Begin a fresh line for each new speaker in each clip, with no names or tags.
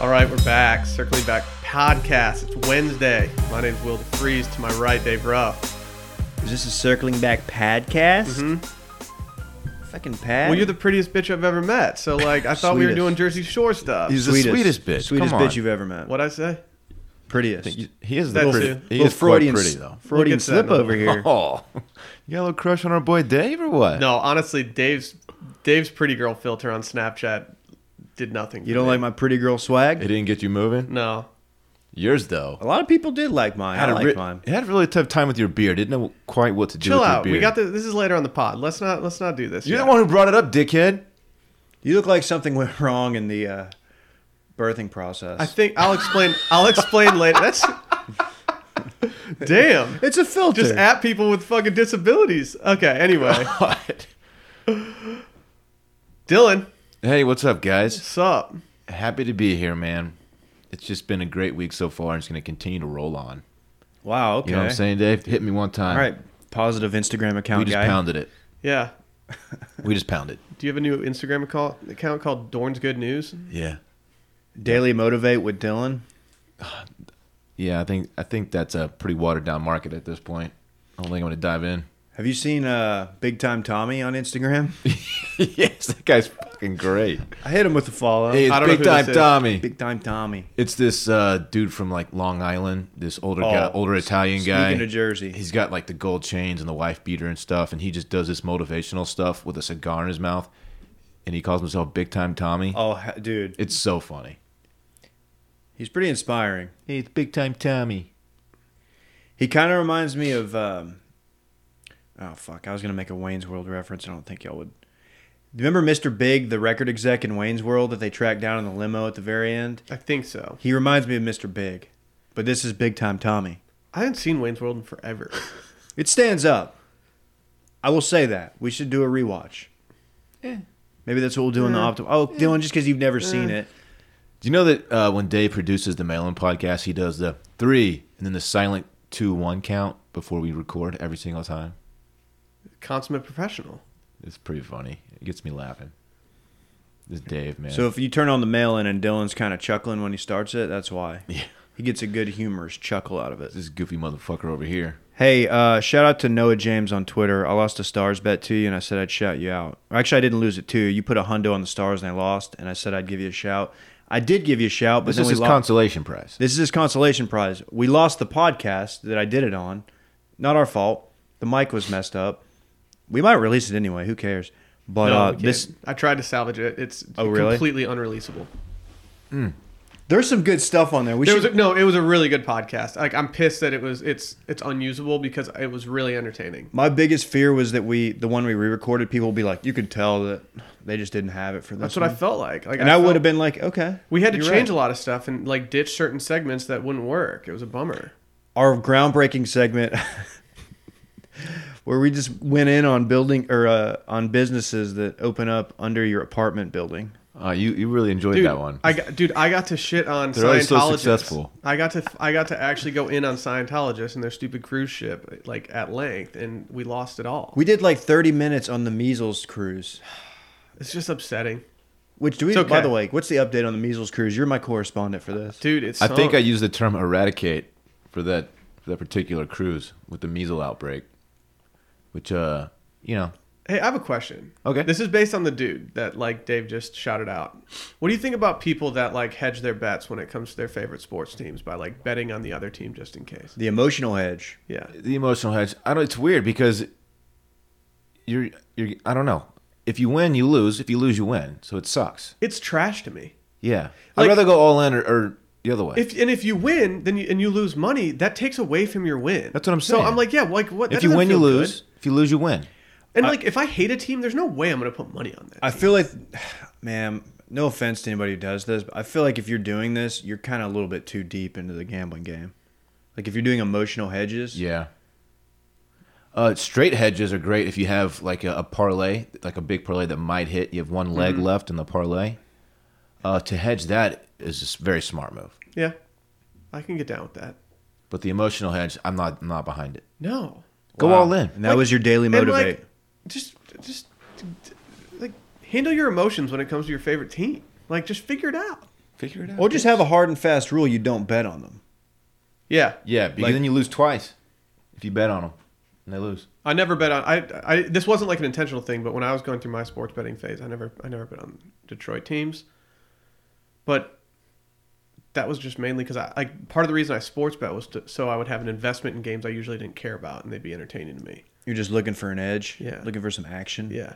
All right, we're back. Circling Back Podcast. It's Wednesday. My name's Will DeFreeze. To my right, Dave Ruff.
Is this a circling back podcast?
Mhm.
Fucking pad.
Mm-hmm. Well, you're the prettiest bitch I've ever met. So, like, I thought we were
Sweetest.
doing Jersey Shore stuff.
He's the sweetest, bitch.
Sweetest
Come on.
bitch you've ever met.
What I say?
Prettiest.
He is
That
the
too.
pretty. He
Little
is
Freudian
quite
s-
pretty though.
Freudian
We'll get to that
slip
in a
over here.
Oh, you got a little crush on our boy Dave or what?
No, honestly, Dave's Dave's pretty girl filter on Snapchat did nothing.
You
for
don't
me.
like my pretty girl swag?
it didn't get you moving.
No.
Yours though.
a lot of people did like mine. I
a
liked
re-
mine.
had a really tough time with your beard. Didn't know quite what to do
Chill
with
out.
your beard.
We got the, this. Is later on the pod. Let's not. Let's not do this.
You're
yet.
the one who brought it up, dickhead.
You look like something went wrong in the uh, birthing process.
I think I'll explain. I'll explain later. That's. Damn.
it's a filter.
Just at people with fucking disabilities. Okay. Anyway, Dylan,
hey, what's up, guys?
what's up?
Happy to be here, man. It's just been a great week so far, and it's going to continue to roll on.
wow. Okay.
You know what I'm saying, Dave? Hit me one time.
All right. Positive Instagram account
we just
guy.
pounded it.
Yeah.
We just pounded.
Do you have a new Instagram account, account called Dorn's Good News?
Yeah.
Daily motivate with Dylan.
Yeah, I think I think that's a pretty watered down market at this point. I don't think I'm going to dive in.
Have you seen uh, Big Time Tommy on Instagram?
yes, that guy's fucking great.
I hit him with a follow.
Hey, it's
I don't know
big
who
time
this is.
Tommy.
Big Time Tommy.
It's this uh, dude from like Long Island, this older
Oh,
guy, older Italian
speaking
guy.
of Jersey.
he's got like the gold chains and the wife beater and stuff, and he just does this motivational stuff with a cigar in his mouth, and he calls himself Big Time Tommy.
Oh, ha- dude,
It's so funny.
he's pretty inspiring.
Hey, it's Big Time Tommy.
He kind of reminds me of. Um, oh fuck! I was gonna make a Wayne's World reference. I don't think y'all would. Remember Mr. Big, the record exec in Wayne's World that they tracked down in the limo at the very end?
I think so.
He reminds me of Mr. Big, but this is Big Time Tommy.
I haven't seen Wayne's World in forever.
It stands up. I will say that we should do a rewatch. Maybe that's what we'll do in the optimal. Oh, Dylan, just because you've never seen it,
Do you know that uh, when Dave produces the Mail In podcast, he does the three and then the silent two one count before we record every single time.
Consummate professional.
It's pretty funny. It gets me laughing. This Dave man.
so if you turn on the mail in and Dylan's kind of chuckling when he starts it, that's why.
Yeah.
He gets a good humorous chuckle out of it.
this goofy motherfucker over here.
Hey, uh, shout out to Noah James on Twitter. I lost a stars bet to you, and I said I'd shout you out. Actually, I didn't lose it too. You put a hundo on the stars, and I lost, and I said I'd give you a shout. I did give you a shout, but
This
then
is
we
his
lost.
consolation prize.
this is his consolation prize. We lost the podcast that I did it on. Not our fault. The mic was messed up. We might release it anyway. Who cares? But
No,
uh,
we can't.
this
I tried to salvage it. It's
Oh, really?
completely unreleasable.
there's some good stuff on there. We
There
should.
was a, no. It was a really good podcast. Like I'm pissed that it was. It's it's unusable because it was really entertaining.
my biggest fear was that we, the one we re-recorded, people will be like, you could tell that they just didn't have it for this.
That's what I felt like. Like
And I, would
felt-
have been like, okay.
We had to
you're
change
right.
a lot of stuff and like ditch certain segments that wouldn't work. It was a bummer.
our groundbreaking segment where we just went in on building or uh, on businesses that open up under your apartment building.
Uh, you you really enjoyed
Dude,
that one.
I got, dude, I got to shit on
They're always so
Scientologists.
successful.
I got to I got to actually go in on Scientologists and their stupid cruise ship like at length, and we lost it all.
We did like 30 minutes on the measles cruise.
it's just upsetting,
Which do we?
It's okay.
By the way, what's the update on the measles cruise? You're my correspondent for this.
dude. It's
I think I used the term eradicate for that for that particular cruise with the measles outbreak, which uh you know
Hey, I have a question.
Okay.
This is based on the dude that like Dave just shouted out. What do you think about people that like hedge their bets when it comes to their favorite sports teams by like betting on the other team just in case?
The emotional hedge.
Yeah.
the emotional hedge. I don't. It's weird because you're you're I don't know. If you win, you lose. If you lose, you win. So it sucks.
It's trash to me.
Yeah,
Like-
I'd rather go all in or, or the other way.
If and if you win, then you, and you lose money, that takes away from your win.
That's what I'm
So
saying.
I'm like, yeah, like what?
if
that
you
doesn't
win, you
feel good.
lose. If you lose, you win.
And like, if I hate a team, there's no way I'm gonna put money on that.
I feel like, man. No offense to anybody who does this, but I feel like if you're doing this, you're kind of a little bit too deep into the gambling game. Like if you're doing emotional hedges,
Yeah. Uh, straight hedges are great if you have like a, a parlay, like a big parlay that might hit. You have one leg left in the parlay. Uh, to hedge that is just a very smart move.
yeah, I can get down with that.
But the emotional hedge, I'm not I'm not behind it.
No,
Go all in.
And that was your daily
And,
motivate.
like, just, just, like, handle your emotions when it comes to your favorite team. Like, just figure it out.
Figure it out.
Or just have a hard and fast rule you don't bet on them.
Yeah,
yeah, because
like-
then you lose twice if you bet on them and they lose.
I never bet on. I, I this wasn't like an intentional thing, but when I was going through my sports betting phase, I never I never bet on Detroit teams. But that was just mainly because I like part of the reason I sports bet was to, so I would have an investment in games I usually didn't care about, and they'd be entertaining to me.
You're just looking for an edge,
Yeah.
looking for some action.
Yeah,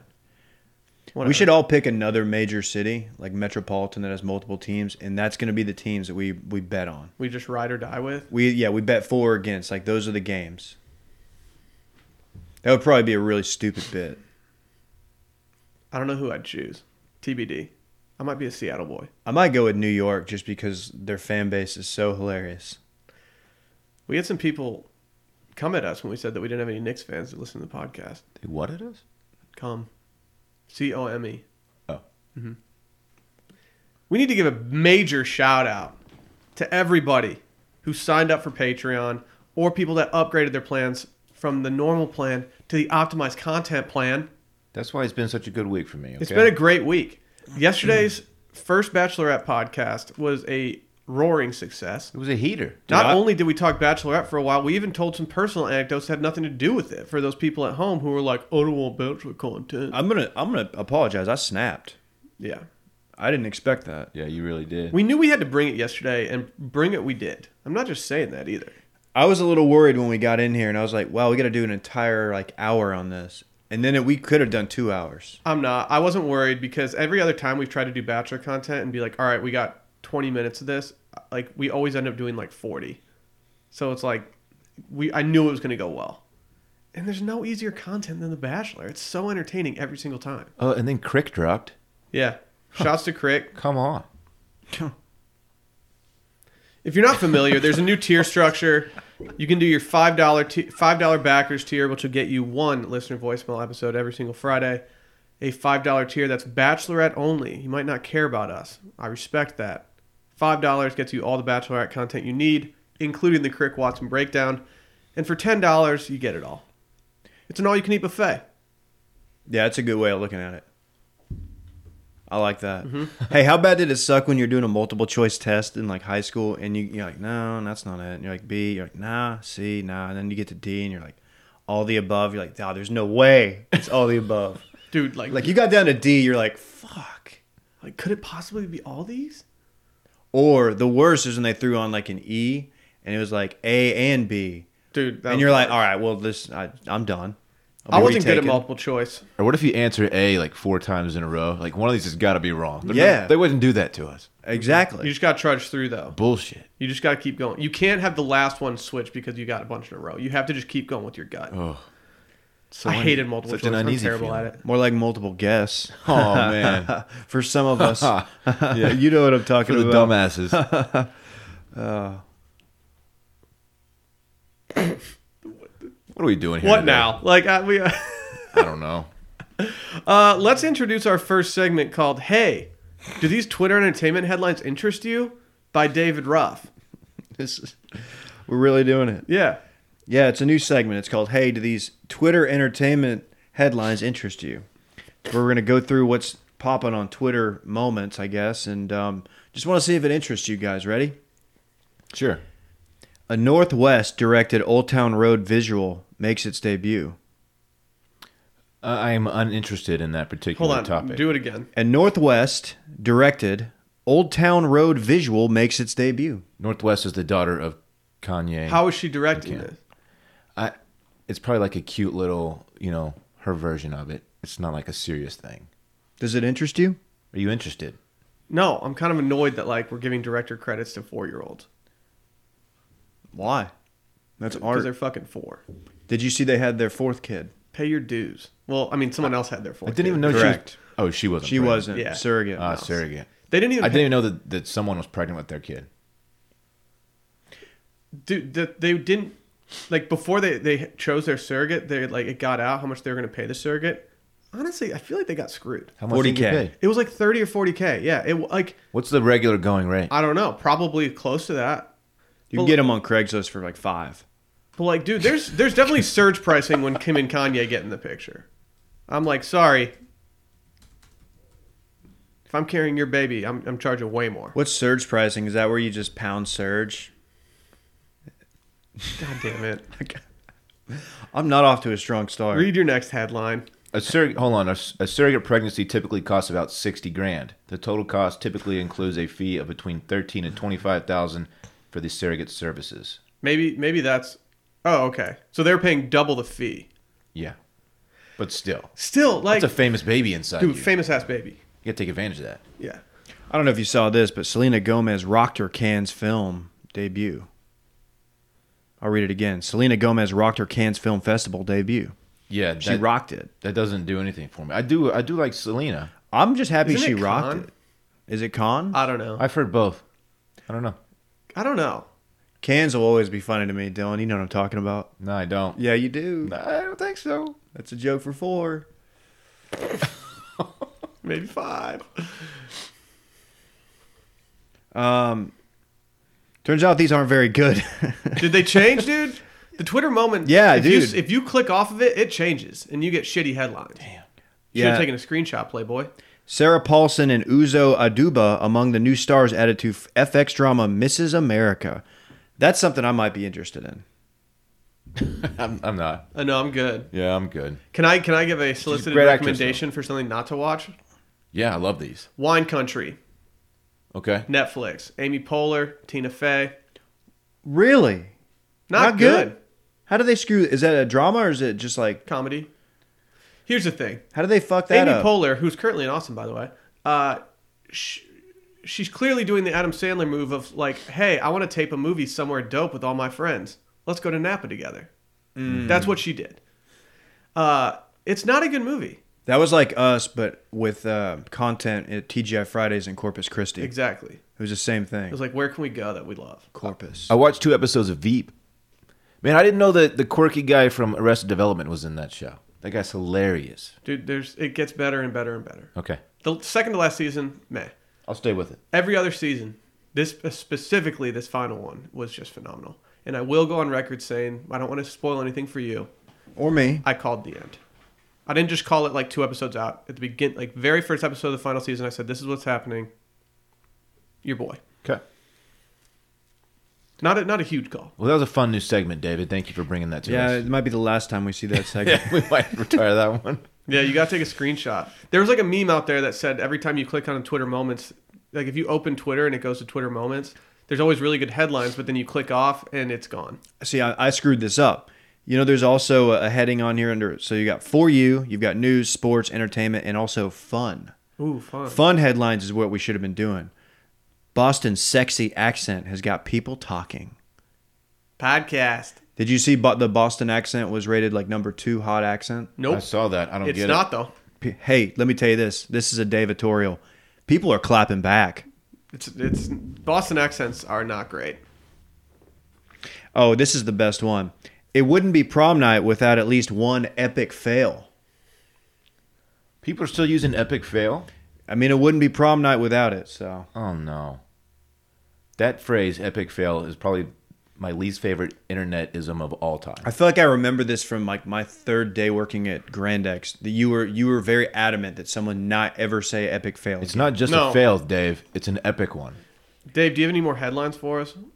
We should all pick another major city, like metropolitan that has multiple teams, and that's going to be the teams that we we bet on.
we just ride or die with.
We yeah, we bet for or against. Like those are the games. That would probably be a really stupid bit.
I don't know who I'd choose. TBD. I might be a Seattle boy.
I might go with New York just because their fan base is so hilarious.
We had some people come at us when we said that we didn't have any Knicks fans that listen to the podcast.
They what it is?
Come. C O M E.
Oh.
Mhm. We need to give a major shout out to everybody who signed up for Patreon or people that upgraded their plans from the normal plan to the optimized content plan.
That's why it's been such a good week for me. Okay?
It's been a great week. Yesterday's first Bachelorette podcast was a roaring success.
it was a heater.
Not
I-
only did we talk Bachelorette for a while, we even told some personal anecdotes that had nothing to do with it for those people at home who were like, "Oh, I don't want Bachelor content."
I'm gonna I'm gonna apologize. I snapped.
yeah,
I didn't expect that.
Yeah, you really did.
we knew we had to bring it yesterday, and bring it we did. I'm not just saying that either.
I was a little worried when we got in here, and I was like, "Wow, we got to do an entire like hour on this," and then it, we could have done two hours.
I'm not. I wasn't worried because every other time we've tried to do Bachelor content and be like, "All right, we got 20 minutes of this," like we always end up doing like 40. So it's like, we I knew it was going to go well, and there's no easier content than The Bachelor. It's so entertaining every single time.
Oh, and then Crick dropped.
Yeah. Shouts to Crick.
Come on.
If you're not familiar, there's a new tier structure. You can do your five dollar t- five dollar backers tier, which will get you one listener voicemail episode every single Friday. A five dollar tier that's bachelorette only. You might not care about us. I respect that. Five dollars gets you all the bachelorette content you need, including the Crick Watson breakdown. And for ten dollars, you get it all. It's an all-you-can-eat buffet.
Yeah, that's a good way of looking at it. I like that. hey, how bad did it suck when you're doing a multiple choice test in like high school and you, you're like, no, that's not it. And you're like B, you're like, nah, C, nah. And then you get to D and you're like, all the above. You're like, nah, there's no way it's all the above.
Dude, like,
like
like,
you got down to D, you're like, fuck.
could it possibly be all these?
Or the worst is when they threw on like an E and it was like A and B.
Dude, that
and
was
you're like,
bad.
all right, well, this I, I'm done. I'll
I
be
wasn't good at
retaking.
multiple choice.
Or what if you answer A like four times in a row? Like one of these has got to be wrong. They're
Yeah.
not- they wouldn't do that to us.
You
Exactly.
just got to trudge through though.
Bullshit.
You just got to keep going. You can't have the last one switch because you got a bunch in a row. You have to just keep going with your gut.
Oh. So
I
un-
hated multiple
such
choice.
an
I'm
uneasy
terrible
feeling.
at it.
More like multiple guess.
Oh, man.
For some of us.
Yeah.
You know what I'm
For
talking
the
about.
dumbasses.
Uh.
what are we doing here?
What
today?
now? Like I, we,
I don't know.
uh, let's introduce our first segment called "Hey, do these Twitter entertainment headlines interest you?" by David Ruff.
This is- we're really doing it.
Yeah,
Yeah, it's a new segment. It's called Hey, do these Twitter entertainment headlines interest you? We're going to go through what's popping on Twitter moments, I guess, and um, just want to see if it interests you guys. Ready?
Sure.
A Northwest directed Old Town Road visual makes its debut.
Uh, I am uninterested in that particular
hold on.
topic.
Do it again.
A Northwest directed Old Town Road visual makes its debut.
Northwest is the daughter of Kanye.
How is she directing
Okay.
this?
I, it's probably like a cute little, you know, her version of it. It's not like a serious thing.
Does it interest you?
Are you interested?
No, I'm kind of annoyed that like we're giving director credits to four year olds
Why? That's
because they're
art.
fucking four.
Did you see they had their fourth kid?
Pay your dues. Well, I mean, someone else had their four.
I didn't even know
Correct.
she was. Oh, she wasn't.
She
pregnant.
wasn't.
Yeah.
Surrogate.
Ah, surrogate.
They didn't even.
I didn't even know that, that someone was pregnant with their kid.
dude that they didn't like before they they chose their surrogate they like it got out how much they were going to pay the surrogate honestly i feel like they got screwed
How much did you
40K.
pay?
it was like 30 or 40k yeah it like
What's the regular going rate?
i don't know probably close to that
You can
Well-
get them on Craigslist for like five.
but like dude there's there's definitely surge pricing when kim and kanye get in the picture i'm like sorry If I'm carrying your baby, I'm, I'm charging way more.
What's surge pricing? Is that where you just pound surge?
God damn it.
I'm not off to a strong start.
Read your next headline.
A surrogate, hold on. A, s- a surrogate pregnancy typically costs about sixty grand. The total cost typically includes a fee of between thirteen and twenty-five thousand for the surrogate services.
Maybe maybe that's Oh, okay. So they're paying double the fee.
Yeah, but still,
Still like
it's a famous baby inside
dude,
you.
famous ass baby.
you gotta take advantage of that.
Yeah.
I don't know if you saw this, but Selena Gomez rocked her Cannes film debut. I'll read it again. Selena Gomez rocked her Cannes Film Festival debut.
Yeah,
She
that,
rocked it.
that doesn't do anything for me. I do, I do like Selena.
I'm just happy
Isn't
she
it
rocked
Cannes?
it. Is it con?
I don't know. I,
I've heard both. I don't know.
don't know.
Cannes will always be funny to me, Dylan. You know what I'm talking about.
No, I don't.
Yeah, you do.
I don't think so.
That's a joke for four.
Maybe five.
Um, turns out these aren't very good.
Did they change, dude? The Twitter moment.
Yeah,
if you-
dude.
if you click off of it, it changes and you get shitty headlines. Damn. Should have
Yeah.
taken a screenshot, Playboy.
Sarah Paulson and Uzo Aduba among the new stars added to FX drama Mrs. America. That's something I might be interested in.
I'm, I'm not.
I know Uh, I'm good.
Yeah, I'm good.
Can I can I give a solicited
great actress,
recommendation for something not to watch?
Yeah, I love these.
Wine Country,
Okay.
Netflix. Amy Poehler, Tina Fey.
Really?
Not,
Not good?
good.
How do they screw? Is that a drama or is it just like
Comedy. Here's the thing.
how do they fuck that
Amy
up?
Poehler, who's currently in Austin, by the way, uh, sh she's clearly doing the Adam Sandler move of like, hey, I want to tape a movie somewhere dope with all my friends. Let's go to Napa together. That's what she did. Uh, it's not a good movie.
that was like us, but with uh, content at TGI Fridays in Corpus Christi. It
Exactly.
was the same thing.
It was uh, like, where can we go that we love?
Corpus.
I watched two episodes of Veep. Man, I didn't know that the quirky guy from Arrested Development was in that show. That guy's hilarious.
Dude, there's it gets better and better and better.
Okay.
The second to last season, meh.
I'll stay with it.
Every other season, this specifically this final one was just phenomenal. And I will go on record saying I don't want to spoil anything for you.
or me.
I called the end. I didn't just call it like two episodes out at the begin, like very first episode of the final season. I said, "This is what's happening." Your boy.
Okay.
Not a, not a huge call.
Well, that was a fun new segment, David. Thank you for bringing that to
Yeah,
us.
it might be the last time we see that segment.
Yeah, we might retire that one.
Yeah, you gotta take a screenshot. There was like a meme out there that said every time you click on Twitter Moments, like if you open Twitter and it goes to Twitter Moments, there's always really good headlines, but then you click off and it's gone.
see I, I screwed this up you know there's also a heading on here under so you got for you you've got news sports entertainment and also fun
Ooh, fun.
fun headlines is what we should have been doing boston's sexy accent has got people talking
Podcast.
did you see bo- the boston accent was rated like number two hot accent
I
Nope.
saw that. I don't
It's
get
not
it.
though.
P- hey let me tell you this this is a davatorial people are clapping back
It's it's Boston accents are not great.
oh this is the best one it wouldn't be prom night without at least one epic fail
People are still using Epic Fail.
i mean it wouldn't be prom night without it so
Oh no. That phrase, Epic Fail, is probably my least favorite internetism of all time.
I feel like I remember this from like my third day working at Grand X. That you were you were very adamant that someone not ever say epic fail.
It's
again.
not just
No.
a fail, Dave. It's an epic one.
Dave, do you have any more headlines for us? Or should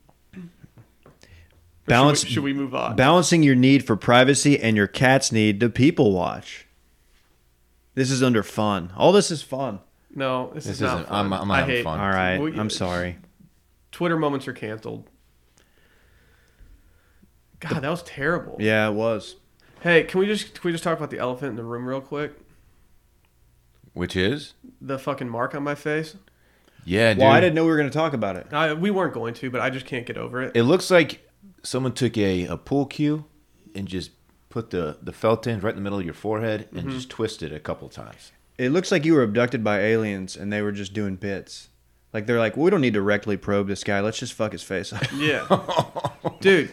Balance-
we- Should we, move on?
balancing your need for privacy and your cat's need to people watch. This is under fun. All this is fun.
No, this,
This
is not
isn't-
fun.
I'm- I'm
I
having
hate,
fun.
All right,
Well,
I'm sorry.
Twitter moments are canceled. God, that was terrible.
Yeah, it was.
Hey, can we just can we just talk about the elephant in the room real quick?
Which is?
The fucking mark on my face.
Yeah, dude.
Well, I didn't know we were going to talk about it.
I, we weren't going to, but I just can't get over it.
It looks like someone took a, a pool cue and just put the, the felt ends right in the middle of your forehead and just twisted a couple times.
It looks like you were abducted by aliens and they were just doing bits. Like they're like, we don't need to rectally probe this guy. Let's just fuck his face up.
Yeah, dude.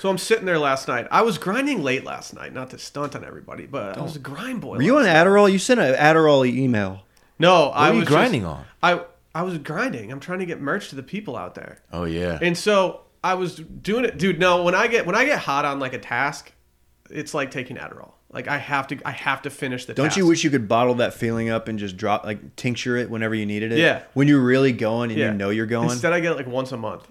So I'm sitting there last night. I was grinding late last night, not to stunt on everybody, but I was a grind boy.
Were you
last
on Adderall? You sent an Adderall email.
No, I
are you
was just-
grinding on?
I I was grinding. I'm trying to get merch to the people out there.
Oh yeah.
And so I was doing it, dude. No, when I get when I get hot on like a task, it's like taking Adderall. Like I have to, I have to finish the.
Don't you
task.
wish you could bottle that feeling up and just drop like tincture it whenever you needed it?
Yeah.
When you're really going and
Yeah.
you know you're going,
Instead, I get it like once a month.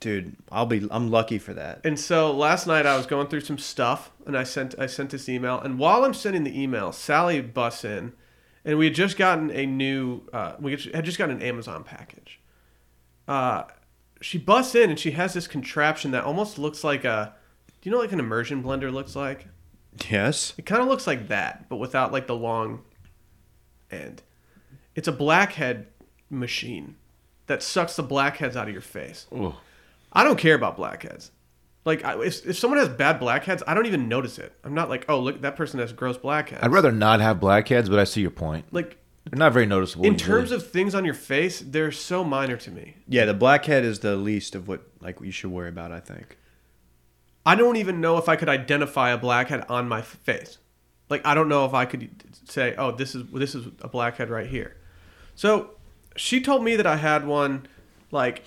dude. I'll be. I'm lucky for that.
And so last night I was going through some stuff, and I sent I sent this email. And while I'm sending the email, Sally busts in, and we had just gotten a new uh, we had just gotten an Amazon package. Uh, she busts in, and she has this contraption that almost looks like a, do you know like an immersion blender looks like?
Yes.
It kind of looks like that, but without like the long end. It's a blackhead machine that sucks the blackheads out of your face.
Ugh.
I don't care about blackheads. Like, I, if, if someone has bad blackheads, I don't even notice it. I'm not like, oh, look, that person has gross blackheads.
I'd rather not have blackheads, but I see your point.
Like,
They're not very noticeable.
in terms of things on your face, they're so minor to me.
Yeah. The blackhead is the least of what like you should worry about. I think.
I don't even know if I could identify a blackhead on my f- face. Like I don't know if I could say, "Oh, this is this is a blackhead right here." So, she told me that I had one like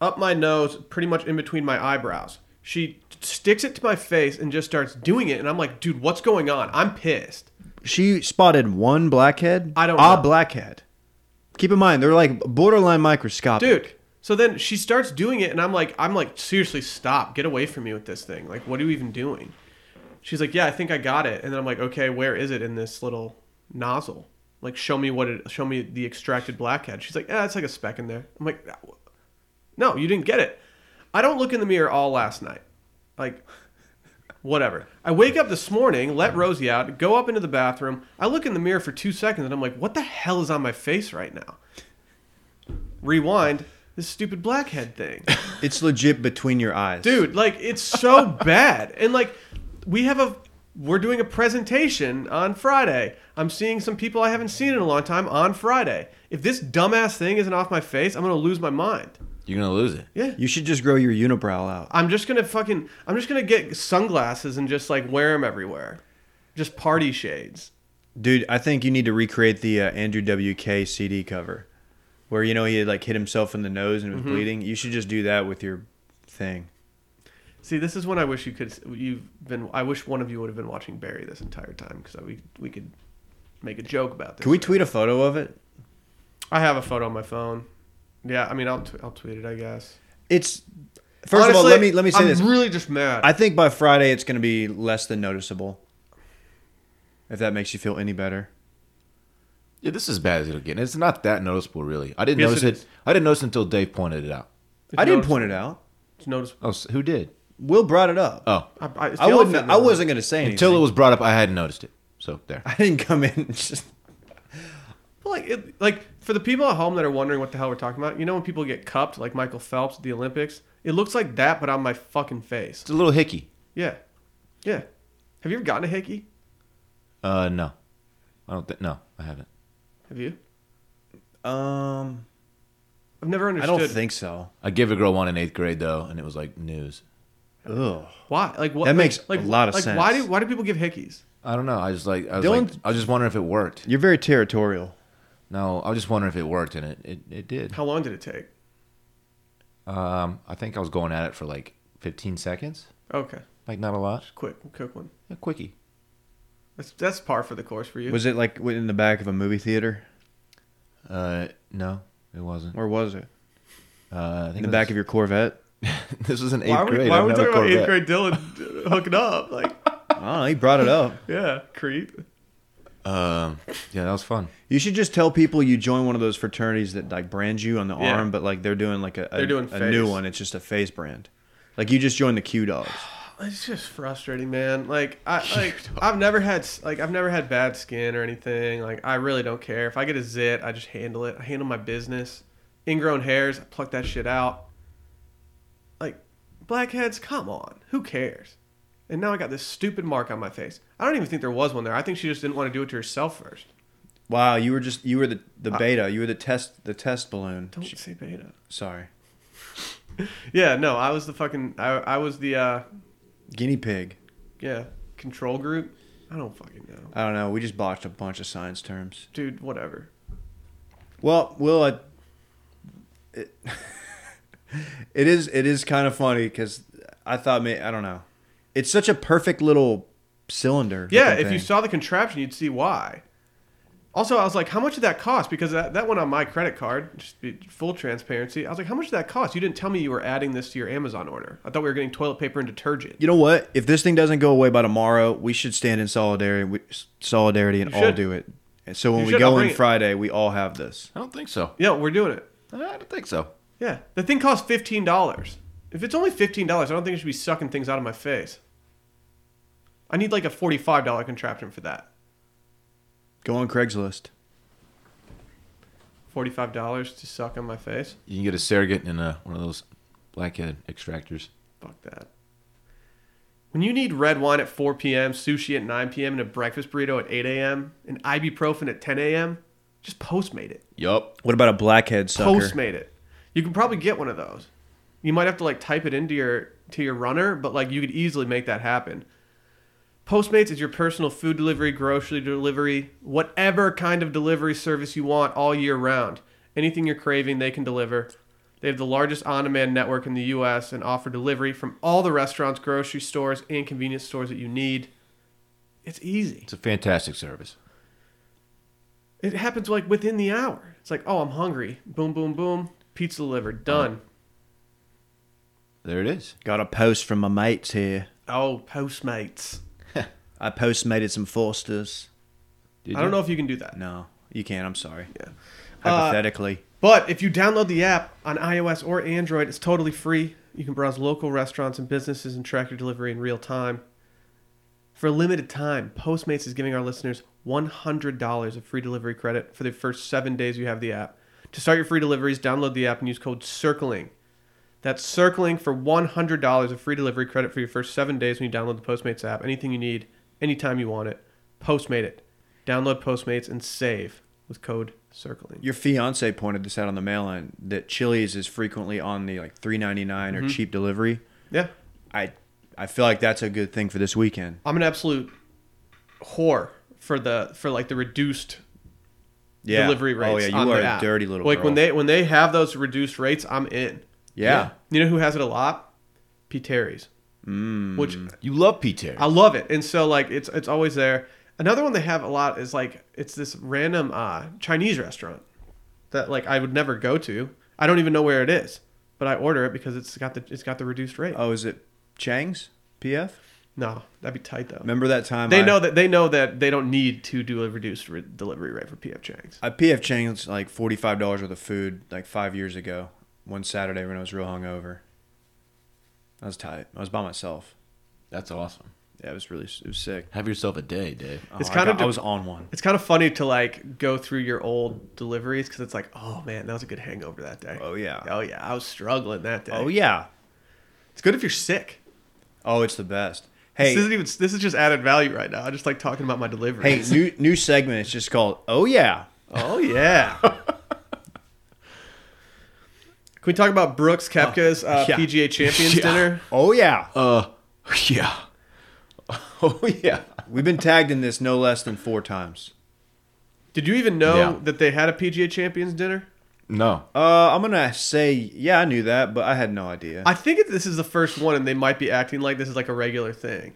up my nose, pretty much in between my eyebrows. She sticks it to my face and just starts doing it, and I'm like, "Dude, what's going on?" I'm pissed.
She spotted one blackhead.
I don't
A
know.
blackhead. Keep in mind, they're like borderline microscopic.
Dude, so then she starts doing it, and I'm like, I'm like, seriously, stop, get away from me with this thing. Like, what are you even doing? She's like, yeah, I think I got it, and then I'm like, okay, where is it in this little nozzle? Like, show me what it, show me the extracted blackhead. She's like, yeah, it's like a speck in there. I'm like, no, you didn't get it. I don't look in the mirror all last night. Like, whatever. I wake up this morning, let Rosie out, go up into the bathroom. I look in the mirror for two seconds and I'm like, what the hell is on my face right now? Rewind this stupid blackhead thing.
It's legit between your eyes,
Dude, like, it's so bad. And, like, we have a. We're doing a presentation on Friday. I'm seeing some people I haven't seen in a long time on Friday. If this dumbass thing isn't off my face, I'm going to lose my mind.
you're gonna lose it.
Yeah.
You should just grow your unibrow out.
I'm just gonna fucking. I'm just gonna get sunglasses and just like wear them everywhere, just party shades.
Dude, I think you need to recreate the uh, Andrew WK CD cover where, you know, he had like hit himself in the nose and it was bleeding. You should just do that with your thing.
See, this is when I wish you could. You've been. I wish one of you would have been watching Barry this entire time because we we could make a joke about this.
Can we tweet a photo of it?
I have a photo on my phone. Yeah, I mean, I'll t- I'll tweet it. I guess.
It's First of all,
Honestly,
let me let me say
I'm
this.
really just mad.
I think by Friday it's going to be less than noticeable. If that makes you feel any better.
Yeah, this is as bad as it'll get. And it's not that noticeable, really. I didn't
Yes,
notice
it
it.
is.
I didn't notice until Dave pointed it out.
It's
I didn't
notice-
point it out.
It's noticeable.
Oh, s- who did?
Will brought it up.
Oh,
I, I, it's the
I
elephant
wouldn't
in
I
the room.
wasn't going to say anything.
until it was brought up, I hadn't noticed it. So there.
I didn't come in and just
Well, Like, it, like for the people at home that are wondering what the hell we're talking about, you know when people get cupped, like Michael Phelps at the Olympics, it looks like that, but on my fucking face.
It's a little hickey.
Yeah. Yeah. Have you ever gotten a hickey?
Uh, no, I don't think. No, I haven't.
Have you?
um
I've never
I
understood.
don't think so.
I gave a girl one in eighth grade though, and it was like news.
Ugh.
why. Like what?
That
like-
makes
like,
a lot of
like, Why do
sense.
why do people give hickeys?
I don't know. I just like I was
Dylan-
like I was just wondering if it worked.
You're very territorial.
No, I was just wondering if it worked, and it it, it did.
How long did it take?
Um, I think I was going at it for like 15 seconds,
Okay,
like not a lot.
quick, quick one.
A quickie.
That's that's par for the course for you.
Was it like in the back of a movie theater?
Uh, no, it wasn't.
Where was it?
Uh, I think
In the back of your Corvette?
your. this was an eighth
why
grade.
we, why
I
are we
don't
talking
have a
about eighth
Corvette.
grade Dylan hooking up? Like,
I don't know. He brought it up.
yeah, creep.
Um, yeah, that was fun.
You should just tell people you join one of those fraternities that like brands you on the
Yeah.
arm, but like they're doing like a, a,
They're doing
a new
face.
one. It's just a face brand. Like you just joined the Q Dogs.
Oh, It's just frustrating, man. Like I like I've never had like I've never had bad skin or anything. Like I really don't care if I get a zit, I just handle it. I handle my business. Ingrown hairs, I pluck that shit out. Like blackheads, come on. Who cares? And now I got this stupid mark on my face. I don't even think there was one there. I think she just didn't want to do it to herself first.
Wow, you were just you were the, the beta. You were the test the test balloon.
Don't
Sh-
say beta.
Sorry,
Yeah, no, I was the fucking I I was the uh
guinea pig.
yeah, control group. I don't fucking know.
I don't know. We just botched a bunch of science terms.
Dude, whatever.
Well, Will, I, it, it is it is kind of funny because I thought, may I don't know, it's such a perfect little cylinder.
Yeah,
looking
if you
thing.
saw the contraption, you'd see why. Also, I was like, how much did that cost? Because that, that went on my credit card, just to be full transparency. I was like, how much did that cost? You didn't tell me you were adding this to your Amazon order. I thought we were getting toilet paper and detergent.
You know what? If this thing doesn't go away by tomorrow, we should stand in solidarity. We, solidarity and
You
all
should.
do it. And so when
You
we
should. I'll
go
bring
in
it.
Friday, we all have this.
I don't think so.
Yeah, we're doing it.
I don't think so.
Yeah. The thing costs $15. If it's only $15, I don't think it should be sucking things out of my face. I need like a $45 contraption for that.
Go on Craigslist.
$45 to suck on my face?
You can get a surrogate in uh one of those blackhead extractors.
Fuck that. When you need red wine at 4 p.m., sushi at 9 p.m., and a breakfast burrito at 8 a.m., and ibuprofen at 10 a.m., just Postmate it.
Yup.
What about a blackhead sucker?
Postmate it. You can probably get one of those. You might have to like type it into your to your runner, but like you could easily make that happen. Postmates is your personal food delivery, grocery delivery, whatever kind of delivery service you want all year round. Anything you're craving, they can deliver. They have the largest on-demand network in the U.S. and offer delivery from all the restaurants, grocery stores, and convenience stores that you need. It's easy.
It's a fantastic service.
It happens like within the hour. It's like, oh, I'm hungry. Boom, boom, boom. Pizza delivered. Done.
There it is.
Got a post from my mates here.
Oh, Postmates.
I postmated some Forsters.
Did
I don't
you?
know if you can do that.
No, you can't. I'm sorry.
Yeah. Uh,
Hypothetically,
But if you download the app on iOS or Android, it's totally free. You can browse local restaurants and businesses and track your delivery in real time. For a limited time, Postmates is giving our listeners $100 of free delivery credit for the first seven days you have the app. To start your free deliveries, download the app and use code CIRCLING. That's circling for $100 of free delivery credit for your first seven days when you download the Postmates app. Anything you need, anytime you want it, Postmate it. Download Postmates and save with code CIRCLING.
your fiance pointed this out on the mail line that Chili's is frequently on the like 3.99
Mm-hmm.
or cheap delivery.
Yeah.
I I feel like that's a good thing for this weekend.
I'm an absolute whore for the for like the reduced
Yeah.
delivery rates.
Oh yeah, you
on
are
the app.
a dirty little
like
girl.
when they when they have those reduced rates, I'm in.
yeah.
You know who has it a lot? Pete Terry's. Mm. Which
You love Pete Terry.
I love it. And so like it's it's always there. Another one they have a lot is like it's this random uh, Chinese restaurant that like I would never go to. I don't even know where it is, but I order it because it's got the it's got the reduced rate.
Oh, is it Chang's PF?
No, that'd be tight though.
Remember that time
They
I,
know that they know that they don't need to do a reduced re- delivery rate for PF Chang's.
I PF Chang's like forty five dollars worth of food like five years ago. One Saturday when I was real hungover. I was tight. I was by myself.
That's awesome.
Yeah, it was really it was sick. Oh,
Have yourself a day, Dave.
It's
I
kind of
got-
de-
I was on one.
It's kind of funny to like go through your old deliveries because it's like, oh man, that was a good hangover that day.
Oh, yeah.
Oh yeah, I was struggling that day.
Oh yeah.
it's good if you're sick.
Oh, it's the best.
This isn't
Hey,
even. This is just added value right now. I just like talking about my
hey,
deliveries.
new new segment. It's just called Oh yeah.
oh yeah. Can we talk about Brooks Kepka's uh,
Oh, yeah.
PGA Champions
Yeah.
dinner?
Oh yeah.
Uh, yeah. Oh yeah.
We've been tagged in this no less than four times.
Did you even know
Yeah.
that they had a PGA Champions dinner?
No.
Uh, I'm gonna say yeah, I knew that, but I had no idea.
I think this is the first one, and they might be acting like this is like a regular thing.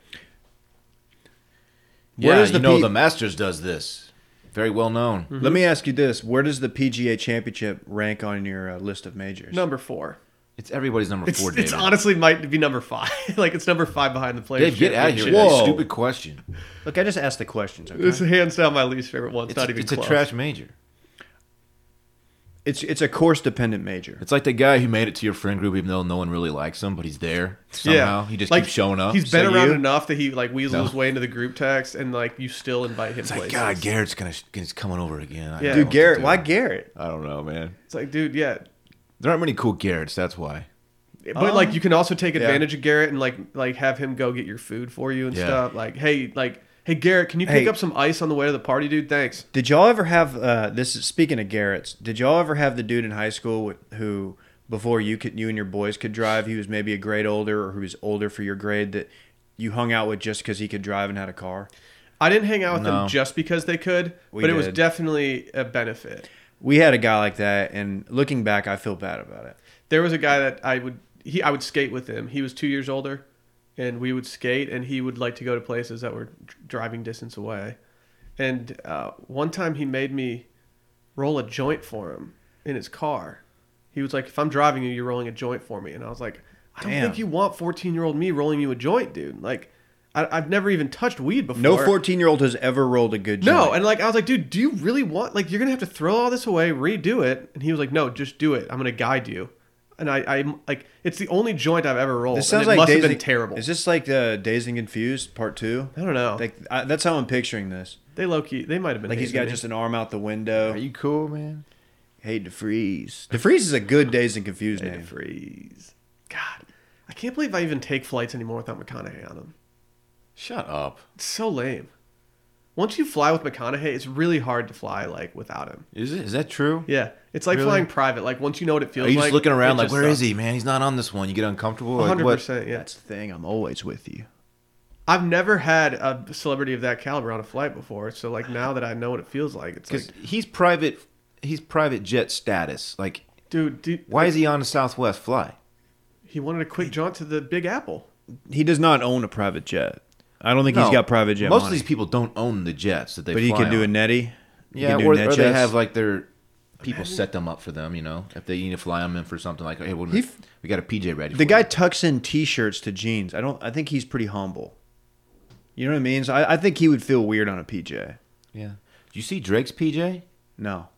Yeah,
Where is
you
the
know
P- Hmm.
the Masters does this. Very well known.
Let me ask you this: Where does the PGA Championship rank on your uh, list of majors?
Number four.
It's everybody's number
It's,
four. David.
it's honestly might be number five. like it's number five behind the players.
Dave, get out of here with
Championship.
Whoa.
that stupid question.
Look, I just asked the questions. Okay?
This is hands down my least favorite one. It's,
It's,
not even
it's
close.
a trash major.
It's it's a course dependent major.
It's like the guy who made it to your friend group, even though no one really likes him, but he's there somehow. He just
Like,
keeps showing up.
He's been
So
around
you-
enough that he like weasels
No.
his way into the group text, and like you still invite him.
It's like
places.
God, Garrett's gonna he's coming over again. I
Yeah.
don't know
Dude,
what to
Garrett,
do.
why Garrett?
I don't know, man.
It's like, dude, yeah.
There aren't many cool Garretts. That's why.
But
Um,
like, you can also take
yeah.
advantage of Garrett and like like have him go get your food for you and
Yeah.
stuff. Like, hey, like, hey, Garrett, can you pick
Hey.
up some ice on the way to the party, dude? Thanks.
Did y'all ever have uh, this? Is, speaking of Garrett's, did y'all ever have the dude in high school with, who before you could you and your boys could drive, he was maybe a grade older or who was older for your grade that you hung out with just because he could drive and had a car?
I didn't hang out with
No.
them just because they could,
We
but it was
did.
definitely a benefit.
We had a guy like that, and looking back, I feel bad about it.
There was a guy that I would he I would skate with him. He was two years older, and we would skate, and he would like to go to places that were dr- driving distance away. And uh, one time he made me roll a joint for him in his car. He was like, "If I'm driving you, you're rolling a joint for me," and I was like, "I don't
Damn.
think you want 14 year old me rolling you a joint, dude. Like, I, I've never even touched weed before.
No 14 year old has ever rolled a good
No,
joint.
and like I was like, dude, do you really want like you're gonna have to throw all this away, redo it? And he was like, no, just do it. I'm gonna guide you. And I, I like it's the only joint I've ever rolled.
This
and
sounds
it
like
must
Dazed
have been
and-
terrible.
Is this like uh, Dazed and Confused Part Two?
I don't know. They,
Like I, that's how I'm picturing this.
low key, they might have been
Like he's
hazing
got
me.
just an arm out the window.
Are you cool, man?
Hate to freeze. DeFreeze is a good Dazed and Confused
Hey, to
name.
freeze. God, I can't believe I even take flights anymore without McConaughey on them.
Shut up.
It's so lame. Once you fly with McConaughey, it's really hard to fly like without him.
Is it? Is that true?
Yeah, it's like
Really?
flying private. Like once you know what it feels
Are you
like,
just looking around
it
like,
just
where is
sucks.
he, man? He's not on this one. You get uncomfortable. Like,
100.
what?
percent Yeah,
That's the thing. I'm always with you.
I've never had a celebrity of that caliber on a flight before, so like now that I know what it feels like, it's
Because
like,
he's private. He's private jet status. Like,
dude, dude
why is he on a Southwest fly?
he wanted a quick jaunt to the Big Apple?
He does not own a private jet. I don't think he's
No,
got private jet
Most of
money.
these people don't own the jets that they.
but he
fly
can do
on.
a netty. He
Yeah,
can do
or,
net
or they
jets.
have like their people set them up for them. You know, if they need to fly them in for something like, hey, we're gonna,
He f-
we got a PJ ready.
the
for
guy
you."
tucks in t-shirts to jeans. I don't. I think he's pretty humble. You know what I mean? So I, I think he would feel weird on a PJ.
Yeah. Did you see Drake's PJ?
No.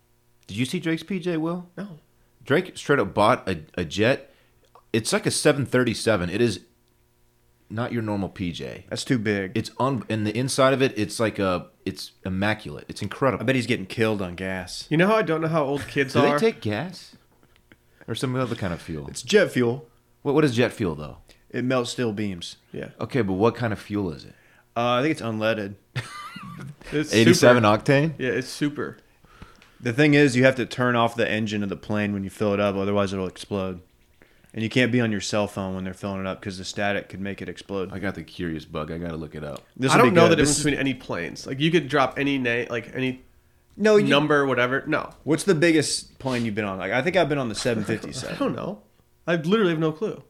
Did you see Drake's PJ? Will
No,
Drake straight up bought a, a jet. It's like a 737. It is not your normal PJ.
That's too big.
It's un and the inside of it, it's like a it's immaculate. It's
I
incredible.
bet he's getting killed on gas.
you know how I don't know how old kids
Do they
are.
take gas or some other kind of fuel?
It's jet fuel.
What what is jet fuel though?
It melts steel beams.
yeah,
Okay, but what kind of fuel is it?
Uh, I think it's unleaded.
it's
Eighty-seven
Super.
octane.
Yeah, it's super.
The thing is, you have to turn off the engine of the plane when you fill it up, otherwise it'll explode. And you can't be on your cell phone when they're filling it up because the static could make it explode.
I got the curious bug. I got to look it up.
This
I
would be
don't know
good.
the
This
difference
is-
between any planes. Like you could drop any name, like any
Oh,
no. You,
number, whatever. No,
What's the biggest plane you've been on? Like I think I've been on the 757.
I don't know. I literally have no clue.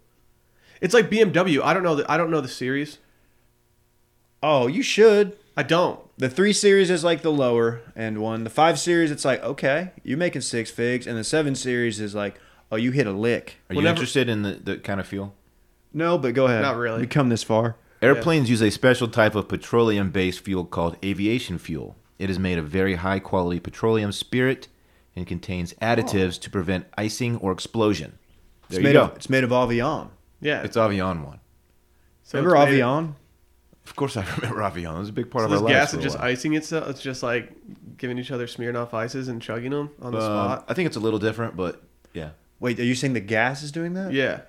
It's like BMW. I don't know. The, I don't know the series.
Oh, you should.
I don't.
The three series is like the lower end one. The five series, it's like okay, you're making six figs, and the seven series is like, oh, you hit a lick.
Are you
Whenever-
interested in the, the kind of fuel?
No, but go ahead.
Not really.
We come this far.
Airplanes use a special type of petroleum based fuel called aviation fuel. It is made of very high quality petroleum spirit and contains additives to prevent icing or explosion.
it's
There you
made
go.
Of, it's made of Avion.
Yeah,
it's Avion one.
so
Remember
it's made-
Avion?
Of course, I remember Avion. It was a big part
So
of
this
our lives.
gas
for
is
a
just
while.
icing itself. It's just like giving each other smearing off ices and chugging them on the
Um,
spot.
I think it's a little different, but yeah,
Wait, are you saying the gas is doing that?
Yeah,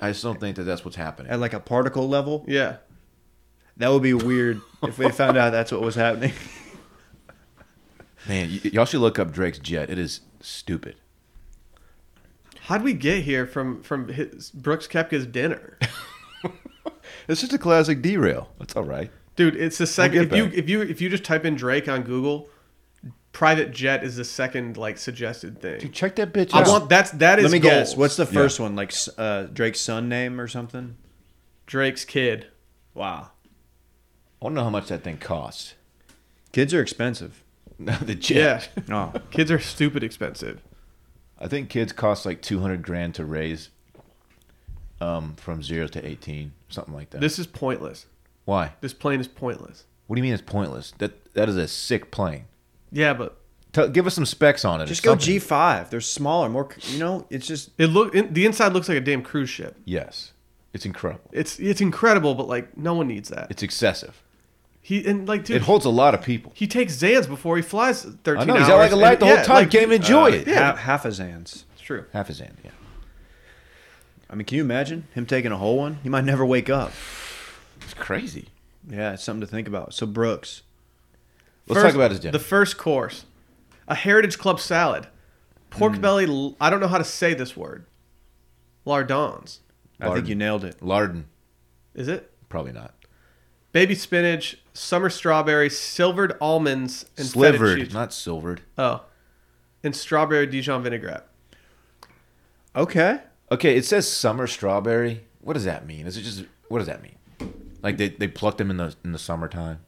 I just don't think that that's what's happening.
At like a particle level?
yeah.
That would be weird if we found out that's what was happening.
Man, y- y'all should look up Drake's jet. It is stupid.
How'd we get here from from his, Brooks Kepka's dinner,
It's just a classic derail. That's all right.
dude? It's the 2nd
get
if you
back.
if you if you just type in Drake on Google, private jet is the second like suggested thing.
Dude, check that bitch
I
out.
want that's that is.
Let me
goals.
guess. What's the
Yeah.
first one? Like s- uh, Drake's son name or something?
Drake's kid?
Wow.
I want to know how much that thing costs.
Kids are expensive.
the
Yeah,
jet.
Oh.
kids are stupid expensive.
I think kids cost like 200 grand to raise um, from zero to 18, something like that.
This is pointless.
Why?
This plane is pointless.
What do you mean it's pointless? That That is a sick plane.
Yeah, but
Tell, give us some specs on it. or
Just go
something.
G5. They're smaller, more, c- you know, it's just,
it look in, the inside looks like a damn cruise ship.
Yes. It's incredible.
It's it's incredible, but like no one needs that.
It's excessive.
He and like dude,
it holds a lot of people.
he takes Zans before he flies thirteen
I know.
hours.
He's out like a light
and-
the whole
yeah,
time.
like, uh,
Can't even enjoy it.
yeah.
ha- half a Zans.
It's true.
Half his hand, yeah.
I mean, can you imagine him taking a whole one? He might never wake up.
It's crazy.
Yeah, it's something to think about. So, Brooks.
Let's
First-
talk about his dinner.
The first course, a Heritage Club salad, pork
Hmm.
belly. l- I don't know how to say this word. Lardons,
I think
Lardon.
you nailed it.
Larden.
is it?
Probably not.
Baby spinach, summer strawberry, silvered almonds, and
Slivered,
fettuccine-
not silvered.
Oh, and strawberry Dijon vinaigrette.
Okay.
Okay, it says summer strawberry. What does that mean? Is it just what does that mean? Like they, they plucked him in the in the summertime.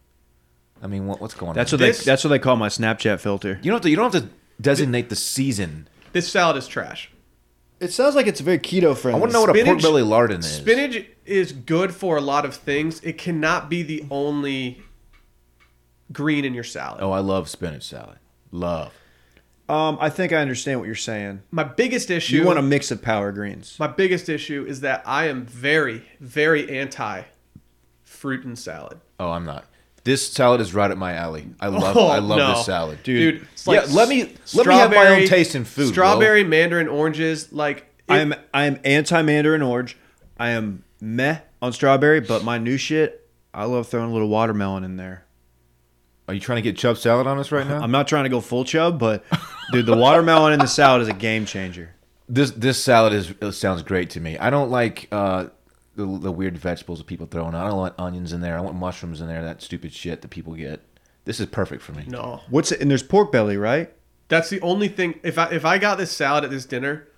I mean, what, what's going
That's
on?
what they
This-
that's what they call my Snapchat filter.
you don't have to, you don't have to designate the season.
This salad is trash.
It sounds like it's very keto friendly.
I want to know what a
Spinach-
pork belly lardon is.
Spinach is good for a lot of things. It cannot be the only green in your salad.
Oh, I love spinach salad. Love.
Um, I think I understand what you're saying.
My biggest issue.
You want a mix of power greens.
My biggest issue is that I am very, very anti fruit and salad.
Oh, I'm not. This salad is right up my alley. I love
Oh,
I love
no.
this salad,
Dude, it's like
yeah, let me let me have my
strawberry-
own taste in food. bro.
Strawberry, mandarin, oranges, like it-
I am I am anti mandarin orange. I am meh on strawberry, but my new shit, I love throwing a little watermelon in there.
Are you trying to get chub salad on us right now?
I'm not trying to go full chub, but dude, the watermelon in the salad is a game changer.
this this salad is it sounds great to me. I don't like uh, the the weird vegetables that people throw in. I don't want onions in there. I want mushrooms in there. That stupid shit that people get. This is perfect for me.
no.
What's it? And there's pork belly, right?
That's the only thing. If I if I got this salad at this dinner,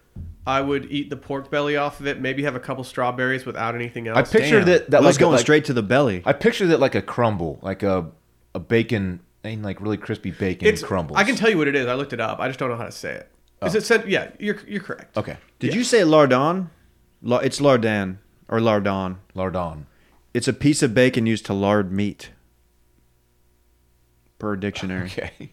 I would eat the pork belly off of it. Maybe have a couple strawberries without anything else.
I picture
Damn.
that that
Those
like
going
like-
straight to the belly.
I picture that like a crumble, like a a bacon, and like really crispy bacon
it's
crumbles. Oh.
I can tell you what it is. I looked it up. I just don't know how to say it. Is it said? Yeah, you're you're correct.
Okay,
Did you say lardon? La- It's lardin or lardon.
lardon.
It's a piece of bacon used to lard meat. Per dictionary,
Okay.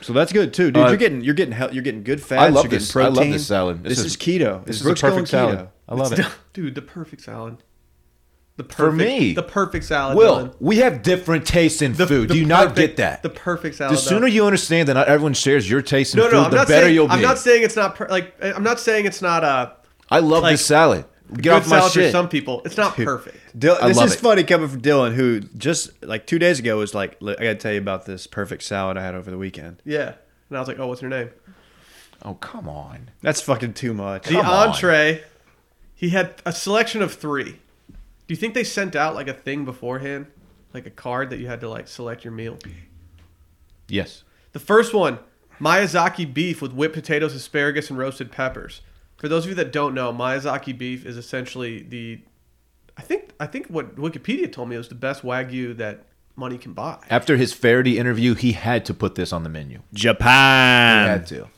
so that's good too, dude.
Uh,
you're getting you're getting hel- you're getting good fats.
I love
you're getting
this. I
Protein.
love this salad.
This, is,
This is-
keto.
This is
Brooks
a perfect
going
salad. I love
It's
it.
not- dude. The perfect salad. The perfect,
For me.
the perfect salad.
Will,
Dylan.
we have different tastes in
The-
food.
the
Do you not
perfect-
get that?
The perfect salad.
The sooner you understand that not everyone shares your taste in
no,
food,
no, I'm
the
not
better
saying,
you'll be.
I'm not saying it's not per, like I'm not saying it's not a
I love
like,
this salad. Get
good
off my
salad for
shit.
some people. It's not perfect.
Dil-
I
this
love
is
it.
funny coming from Dylan, who just like two days ago was like, "Look, I got to tell you about this perfect salad I had over the weekend.
Yeah. And I was like, oh, what's your name?
Oh come on.
That's fucking too much.
The
Come on.
entree. He had a selection of three. Do you think they sent out like a thing beforehand, like a card that you had to like select your meal?
Yes.
The first one, Miyazaki beef with whipped potatoes, asparagus, and roasted peppers. For those of you that don't know, Miyazaki beef is essentially the, I think I think what Wikipedia told me it was the best wagyu that money can buy.
After his Faraday interview, he had to put this on the menu. He
Japan.
had to.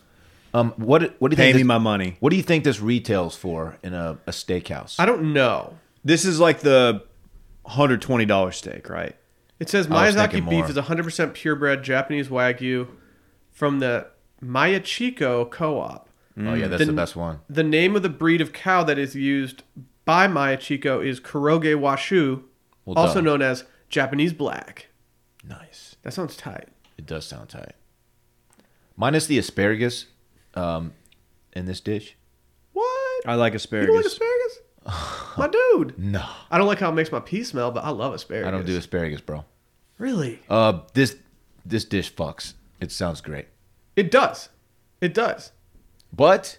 Um, what what do you
Pay
think?
me
this-
my money.
What do you think this retails for in a, a steakhouse?
I don't know.
This is like the hundred twenty dollar steak, right?
It says
I was
Miyazaki
thinking
beef
more.
is 100% purebred Japanese wagyu from the Miyachiko Co-op.
oh yeah, that's
The-
the, best one.
The name of the breed of cow that is used by Miyachiko is Kuroge Washu,
Well
also
done.
known as Japanese black.
Nice.
That sounds tight.
It does sound tight. Minus the asparagus, um, in this dish. Oh,
What?
I like
You
asparagus.
don't like asparagus? my dude.
No,
I don't like how it makes my pee smell, but I love asparagus.
I don't do asparagus, bro.
Really?
Uh, this this dish fucks. It sounds great,
It does. It does.
but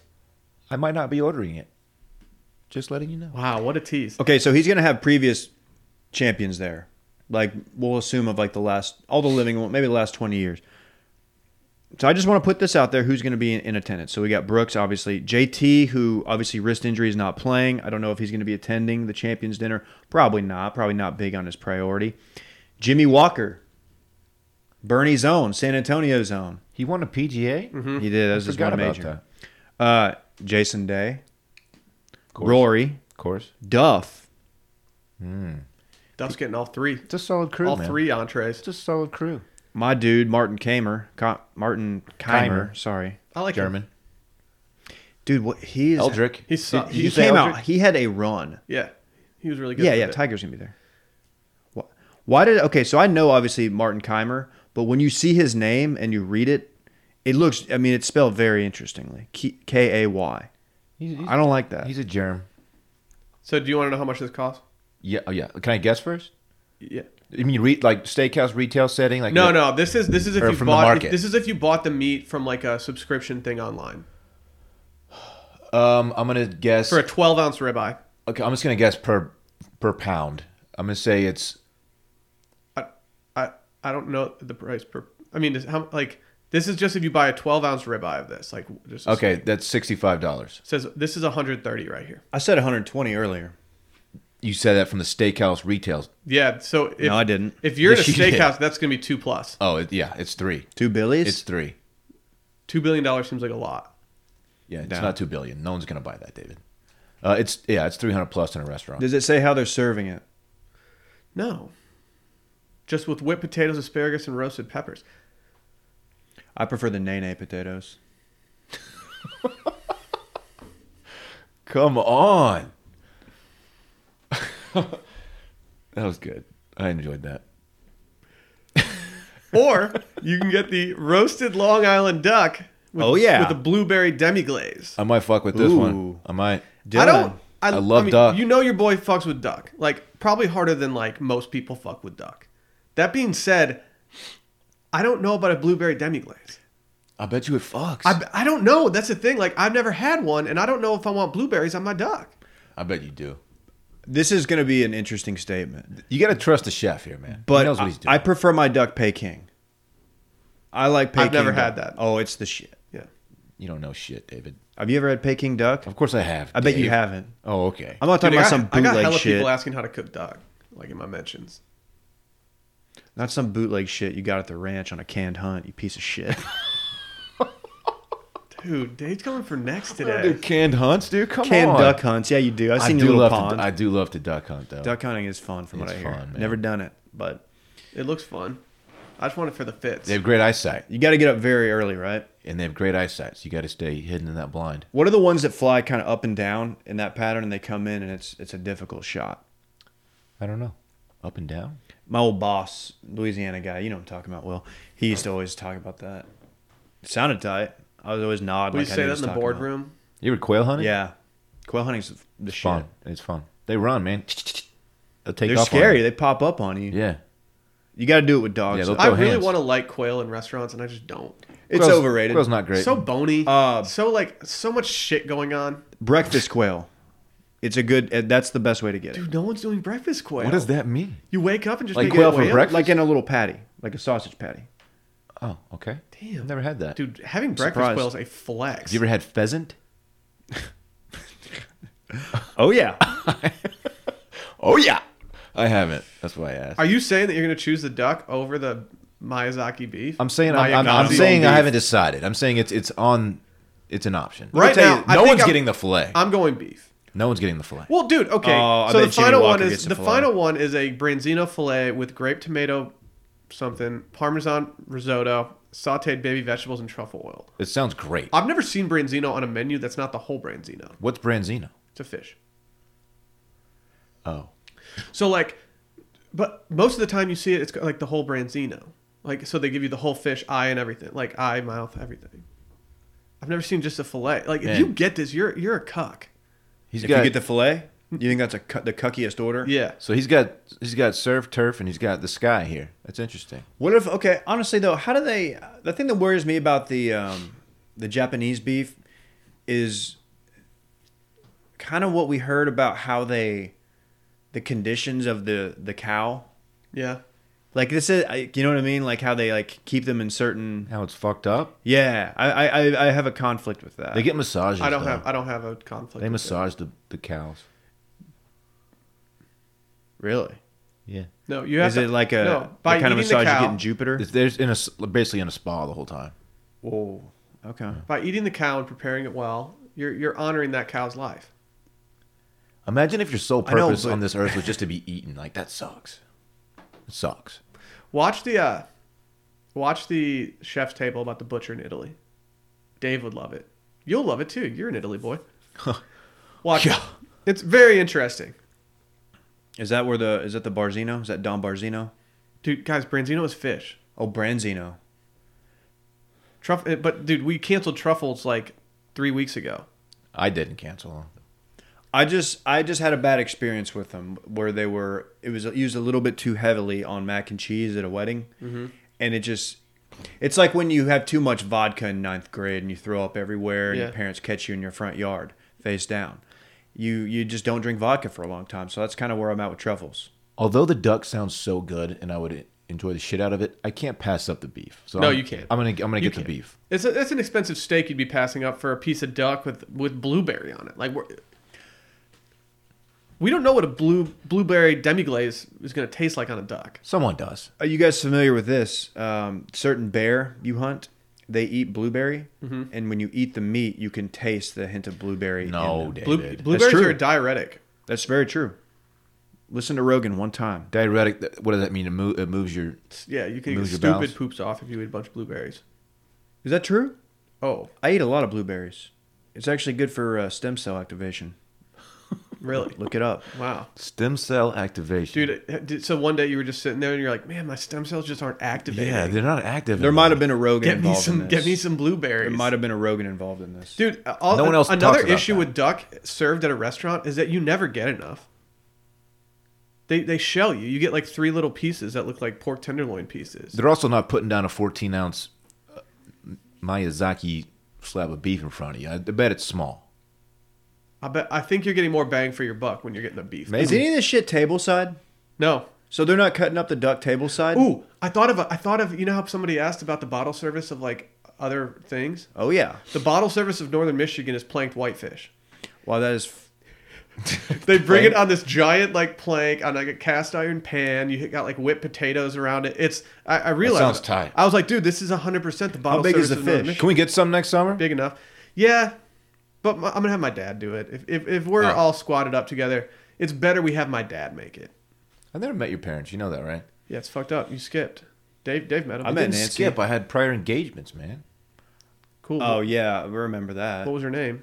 I might not be ordering it. Just letting you know.
Wow, what a tease.
okay, so he's gonna have previous champions there. Like we'll assume of like the last all the living one- maybe the last twenty years. So I just want to put this out there: who's going to be in, in attendance? So we got Brooks, obviously, JT, who obviously wrist injury is not playing. I don't know if he's going to be attending the Champions Dinner. Probably not. Probably not big on his priority. Jimmy Walker, Bernie's own, San Antonio's own.
He won a
He
PGA.
did. Mm-hmm. That was his
Mm-hmm. forgot
one
about
major. Uh, Jason Day,
course.
Rory,
Of course,
Duff.
Duff's getting all three.
it's a solid crew.
All
man.
three entrees.
It's a solid crew.
my dude Martin Kamer, Ka- Martin Keimer,
Keimer.
sorry,
I like him.
German.
dude, what he is?
Eldrick.
He's
Did-
so-
did
he-
you
you say
came out.
Eldrick?
He had a run.
Yeah. He was really good.
yeah,
for
yeah.
it.
Tiger's gonna be there. Why, why did? Okay, so I know obviously Martin Keimer, but when you see his name and you read it, it looks. I mean, it's spelled very interestingly. K A Y.
He's, he's,
I don't like that.
he's a germ.
So do you want to know how much this costs?
Yeah. Oh yeah. Can I guess first?
Yeah.
You mean re- like steakhouse retail setting? Like
No, no. This is this is if
Or
you
from the
bought
market.
this is if you bought the meat from like a subscription thing online
Um, I'm gonna guess.
for a 12 ounce ribeye.
okay, I'm just gonna guess per per pound. I'm gonna say it's
I I I don't know the price per. I mean, is how like this is just if you buy a 12 ounce ribeye of this. Like just
okay. That's sixty five dollars.
Says this is 130 right here.
I said 120 earlier.
you said that from the steakhouse retail.
Yeah. So if,
no, I didn't.
if you're in a
Yes, you did.
steakhouse, that's going to be two plus.
Oh, it, yeah, it's three.
Two Billies.
It's three.
Two billion dollars seems like a lot.
Yeah, it's
No.
not two billion. No one's gonna buy that, David. Uh, it's yeah, it's three hundred plus in a restaurant.
Does it say how they're serving it?
No. Just with whipped potatoes, asparagus, and roasted peppers.
I prefer the nene potatoes.
Come on. that was good. I enjoyed that.
Or you can get the roasted Long Island duck. With,
Oh, yeah.
With the blueberry demi glaze.
I might fuck with this one.
Ooh.
I might.
I don't. I,
I love
mean,
duck.
You know your boy fucks with duck. Like probably harder than like most people fuck with duck. That being said, I don't know about a blueberry demi glaze.
I bet you it fucks.
I, I don't know. That's the thing. Like I've never had one, and I don't know if I want blueberries on my duck.
I bet you do.
This is going to be an interesting statement,
You got to trust the chef here, man.
but
he knows what he's doing.
I, I prefer my duck Peking. I like Peking.
I've never
duck.
had that.
Oh, it's the shit.
Yeah.
you don't know shit, David.
Have you ever had Peking duck?
Of course I have.
I bet you
Dave.
haven't.
Oh, okay.
I'm not talking
Dude,
about
I,
some
I got
bootleg
hella
shit.
people asking how to cook duck, like in my mentions.
Not some bootleg shit you got at the ranch on a canned hunt. You piece of shit.
Dude, Dave's going for next
I
today.
canned hunts, dude. Come
canned
on.
duck hunts. Yeah, you do. I've
I
seen
do
your little
love
pond.
To, I do love to duck hunt though.
duck hunting is fun, from what
It's
I hear.
fun, man.
Never done it, but
It looks fun. I just want it for the fits.
They have great eyesight,
you got to get up very early, right?
and they have great eyesight. So you got to stay hidden in that blind.
What are the ones that fly kind of up and down in that pattern, and they come in, and it's it's a difficult shot.
I don't know. Up and down.
My old boss, Louisiana guy, you know what I'm talking about. Will he used to always talk about that. It sounded tight. I was always nodding.
Will
like
you
I
say
knew
that
what
in the
he was talking
boardroom?
You ever quail
about.
hunting?
Yeah, quail hunting's the
It's
shit.
fun. It's fun. They run, man. They'll take
They're
off on
scary.
you.
They pop up on you.
Yeah.
You got to do it with dogs.
Yeah,
though.
they'll
I
Throw
really
hands.
want to like quail in restaurants, and I just don't.
it's
Quail's-
overrated.
Quail's not great.
So bony.
Uh,
so like so much shit going on.
breakfast quail. It's a good. uh, That's the best way to get it.
Dude, no one's doing breakfast quail.
what does that mean?
You wake up and just
Like
make
quail
quail
for breakfast?
Like in a little patty, like a sausage patty.
Oh, okay.
Damn.
Never had that.
Dude, having breakfast
surprised.
quail is a flex.
Have you ever had pheasant?
Oh yeah.
Oh yeah. I haven't. That's why I asked.
Are you saying that you're gonna choose the duck over the Miyazaki beef?
I'm saying I'm, I'm, I'm
Miyazaki
saying I
beef.
haven't decided. I'm saying it's it's on. It's an option. Let me
Right
tell
now,
you,
I
no
think
one's
I'm-
getting the fillet.
I'm going beef.
no one's getting the fillet.
Well, dude, okay.
Oh, I
so the
bet Jimmy
final
Walker
one
gets
is
the
the
filet.
final one is a branzino fillet with grape tomato, something parmesan risotto, sautéed baby vegetables and truffle oil.
It sounds great.
I've never seen branzino on a menu that's not the whole branzino.
What's branzino?
It's a fish.
Oh,
So like, but most of the time you see it, it's got, like the whole branzino. Like so they give you the whole fish, eye and everything, like eye, mouth, everything. I've never seen just a fillet. Like
Man.
if you get this, you're you're a cuck.
he's
if
got.
you get the fillet, you think that's a cu- the cuckiest order?
Yeah.
so he's got he's got surf turf and he's got the sky here. That's interesting.
What if? Okay, honestly though, how do they? The thing that worries me about the um, the Japanese beef is kind of what we heard about how they the conditions of the the cow.
Yeah.
Like this is, I- you know what I mean? Like how they like keep them in certain.
Now it's fucked up.
Yeah, I I, I- I have a conflict with that.
They get massages.
I don't
though.
have I don't have a conflict.
They
with that.
massage the, the cows.
really.
Yeah.
No, you have
Is
to,
it like a
no,
the
by
kind of
eating the
massage you
cow-
get in Jupiter?
It's, there's in a s- basically in a spa the whole time.
Whoa. Okay.
by eating the cow and preparing it well, you're you're honoring that cow's life.
Imagine if your sole
I know,
purpose
but-
on this earth was just to be eaten. Like that sucks. It sucks.
Watch the uh, watch the chef's table about the butcher in Italy. Dave would love it. You'll love it too. You're an Italy boy. Watch it.
Yeah.
It's very interesting.
Is that where the is that the Barzino? Is that Don Barzino?
Dude, guys, branzino is fish.
Oh, Branzino.
Truffle, but dude, we canceled truffles like three weeks ago.
I didn't cancel them.
I just I just had a bad experience with them where they were it was used a little bit too heavily on mac and cheese at a wedding, and it just it's like when you have too much vodka in ninth grade and you throw up everywhere and
Yeah.
your parents catch you in your front yard face down. You you just don't drink vodka for a long time, so that's kind of where I'm at with truffles.
Although the duck sounds so good and I would enjoy the shit out of it, I can't pass up the beef. So
No,
I'm-
you can't.
I'm gonna I'm gonna
You
get
can't.
the beef.
It's a, it's an expensive steak you'd be passing up for a piece of duck with with blueberry on it. Like we're, We don't know what a blue blueberry demiglaze is going to taste like on a duck.
Someone does.
Are you guys familiar with this? Um, certain bear you hunt, they eat blueberry, and when you eat the meat, you can taste the hint of blueberry. in
No,
them.
Blue,
David.
blueberries
true.
are a diuretic.
that's very true. Listen to Rogan one time.
Diuretic. th- What does that mean? It, mo- it moves your.
It's- Yeah, you can get
Moves your
stupid
bowels.
poops off if you eat a bunch of blueberries.
Is that true?
Oh,
I eat a lot of blueberries. It's actually good for uh, stem cell activation.
really?
Look it up.
Wow.
Stem cell activation.
Dude, it- did- so one day you were just sitting there and you're like, man, my stem cells just aren't activating.
yeah, they're not active.
There
anymore.
might have been a Rogan
get me
involved
some,
in this.
get me some blueberries.
There might have been a Rogan involved in this.
Dude, uh, all,
No one else
another
talks about
issue
that.
with duck served at a restaurant is that you never get enough. They, they shell you. You get like three little pieces that look like pork tenderloin pieces.
They're also not putting down a 14 ounce uh, Miyazaki slab of beef in front of you. I bet it's small.
I bet I think you're getting more bang for your buck when you're getting the beef.
Is any of this shit table side?
No.
So they're not cutting up the duck table side?
Ooh, I thought of a, I thought of you know how somebody asked about the bottle service of like other things.
Oh yeah.
The bottle service of Northern Michigan is planked whitefish.
Wow, that is f-
They bring it on this giant like plank on like a cast iron pan. You got like whipped potatoes around it. It's I, I realized
sounds tight.
I was like, dude, this is hundred percent the bottle.
big
service
is the
of Northern
fish?
Michigan.
Can we get some next summer?
Big enough, yeah. But my, I'm gonna have my dad do it. If if, if we're
Oh.
all squatted up together, it's better we have my dad make it.
I never met your parents. You know that, right?
Yeah, it's fucked up. You skipped. Dave Dave met him.
I
I
met
didn't
Nancy.
skip. I had prior engagements, man.
Cool.
Oh yeah, I remember that.
What was her name?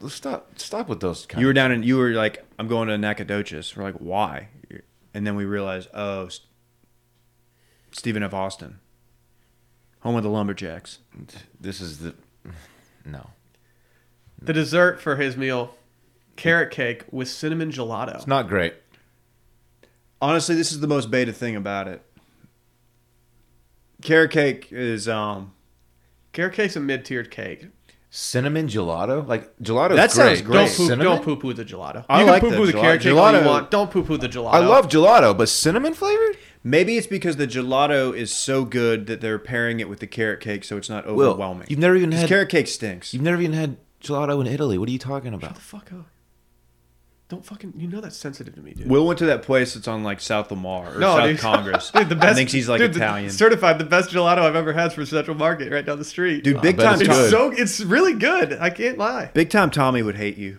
Let's stop. Stop with those. Kind
You were
of,
down in you were like, I'm going to Nacogdoches. We're like, why? And then we realized, oh, S- Stephen F. Austin, home of the Lumberjacks.
this is the. No,
The dessert for his meal, carrot cake with cinnamon gelato.
it's not great.
Honestly, this is the most beta thing about it. Carrot cake is um.
carrot cake's a mid-tiered cake.
Cinnamon gelato, like gelato.
That
great.
sounds great.
Don't
Great.
poo,
Cinnamon?
don't poo-poo the gelato.
I
you
like
can
the
poo-poo the,
gelato.
carrot cake all you
Gelato-
want. Don't poo-poo the gelato.
I love gelato, but cinnamon flavored.
Maybe it's because the gelato is so good that they're pairing it with the carrot cake, so it's not
Will,
overwhelming.
you've never even
'Cause
had-
carrot cake stinks.
You've never even had gelato in Italy. What are you talking
Shut
about?
the fuck up. Don't fucking. You know that's sensitive to me, dude.
Will went to that place that's on like South Lamar or South
dude.
Congress.
dude, the best.
thinks he's like
dude, the-
Italian.
certified the best gelato I've ever had from Central Market right down the street.
Dude, big
bet
time,
it's
it's
Tom-
good.
so it's really good. I can't lie.
big time Tommy would hate you.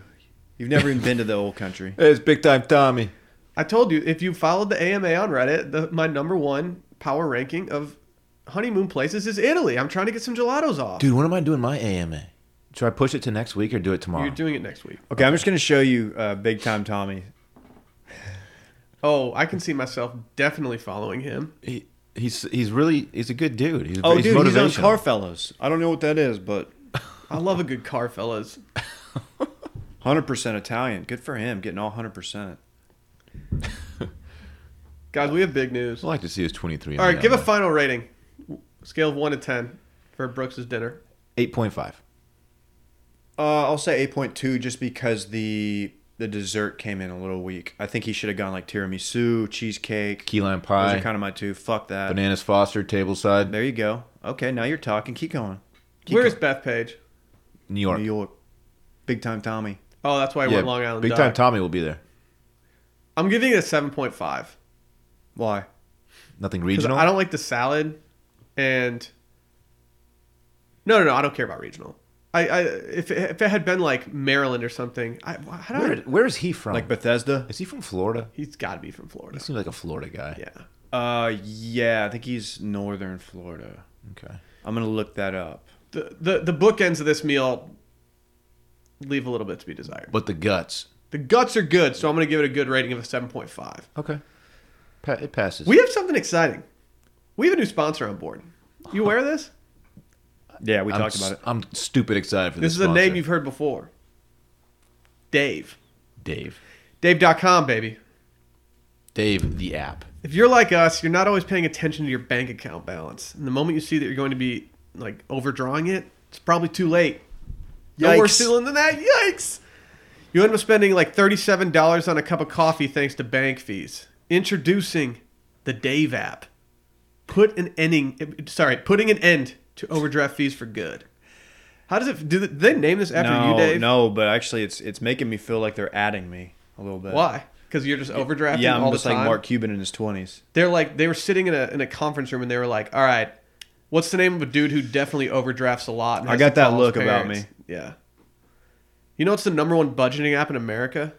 You've never even been to the old country.
It's big time Tommy.
I told you if you followed the AMA on Reddit, the, my number one power ranking of honeymoon places is Italy. I'm trying to get some gelatos off.
Dude, when am I doing my AMA? Should I push it to next week or do it tomorrow?
You're doing it next week.
Okay, I'm just gonna show you uh, big time Tommy.
Oh, I can see myself definitely following him.
he, he's he's really he's a good dude. He's,
Oh,
he's
dude, he's on
motivational.
Carfellows. I don't know what that is, but
I love a good car, fellas.
100% Italian. Good for him, getting all 100%.
Guys, we have big news.
I'd
All
like to see his 23. on
right,
the
give a
album.
final rating. Scale of 1 to 10 for Brooks's dinner.
8.5.
Uh, I'll say 8.2 just because the the dessert came in a little weak. I think he should have gone like tiramisu, cheesecake.
Key lime
Those
pie.
are kind of my two. Fuck that.
Bananas Foster, tableside,
There you go. Okay, now you're talking. Keep going. Keep
Where is Beth Page?
New York.
going. New York? Big time Tommy.
Oh, that's why we're
Yeah,
in Long Island.
Big
Dock.
time Tommy will be there.
I'm giving it a 7.5.
Why?
Nothing
Because
regional.
I don't like the salad, and no, no, no, I don't care about regional. I, I if it, if it had been like Maryland or something, I how
Where,
did I,
where is he from?
Like Bethesda?
is he from Florida?
he's got to be from Florida.
He seems like a Florida guy.
Yeah,
Uh, yeah, I think he's northern Florida.
Okay.
I'm gonna look that up.
the the the bookends of this meal leave a little bit to be desired.
But the guts.
The guts are good, so I'm going to give it a good rating of a 7.5.
Okay. Pa- it passes.
We have something exciting. We have a new sponsor on board. You aware of this?
Yeah, we
I'm
talked about
s-
it.
I'm stupid excited for
This is
this.
a name
sponsor.
you've heard before. Dave.
Dave.
Dave.com, baby.
Dave the app.
If you're like us, you're not always paying attention to your bank account balance. And the moment you see that you're going to be like overdrawing it, it's probably too late. No
Yikes.
worse feeling than that. Yikes. You end up spending like $37 on a cup of coffee thanks to bank fees. Introducing the Dave app. Put an ending sorry, putting an end to overdraft fees for good. How does it do they- did they name this after
no,
you, Dave?
no, but actually, it's it's making me feel like they're adding me. a little bit.
Why? Because you're just overdrafting
Yeah,
all
I'm just
the time.
like Mark Cuban in his twenties.
They're like they were sitting in a in a conference room and they were like, "All right, what's the name of a dude who definitely overdrafts a lot?" and
I
has
got
to
that
call his
look about
parents? Yeah. You know what's the number one budgeting app in America?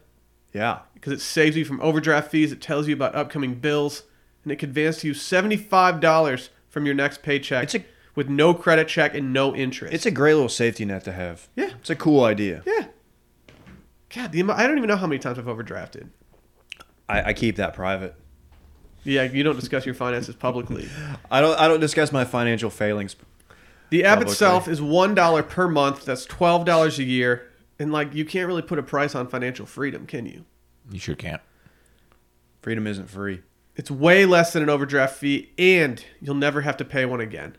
Yeah,
Because it saves you from overdraft fees, it tells you about upcoming bills, and it can advance you seventy five dollars from your next paycheck
It's a-
with no credit check and no interest.
it's a great little safety net to have.
Yeah.
it's a cool idea.
yeah. God, the, amo- I don't even know how many times I've overdrafted.
I, I keep that private.
Yeah, you don't discuss your finances publicly.
I don't. I don't discuss my financial failings.
The app
Publicly.
itself is one dollar per month. That's twelve dollars a year, and like you can't really put a price on financial freedom, can you?
You sure can't.
Freedom isn't free.
It's way less than an overdraft fee, and you'll never have to pay one again.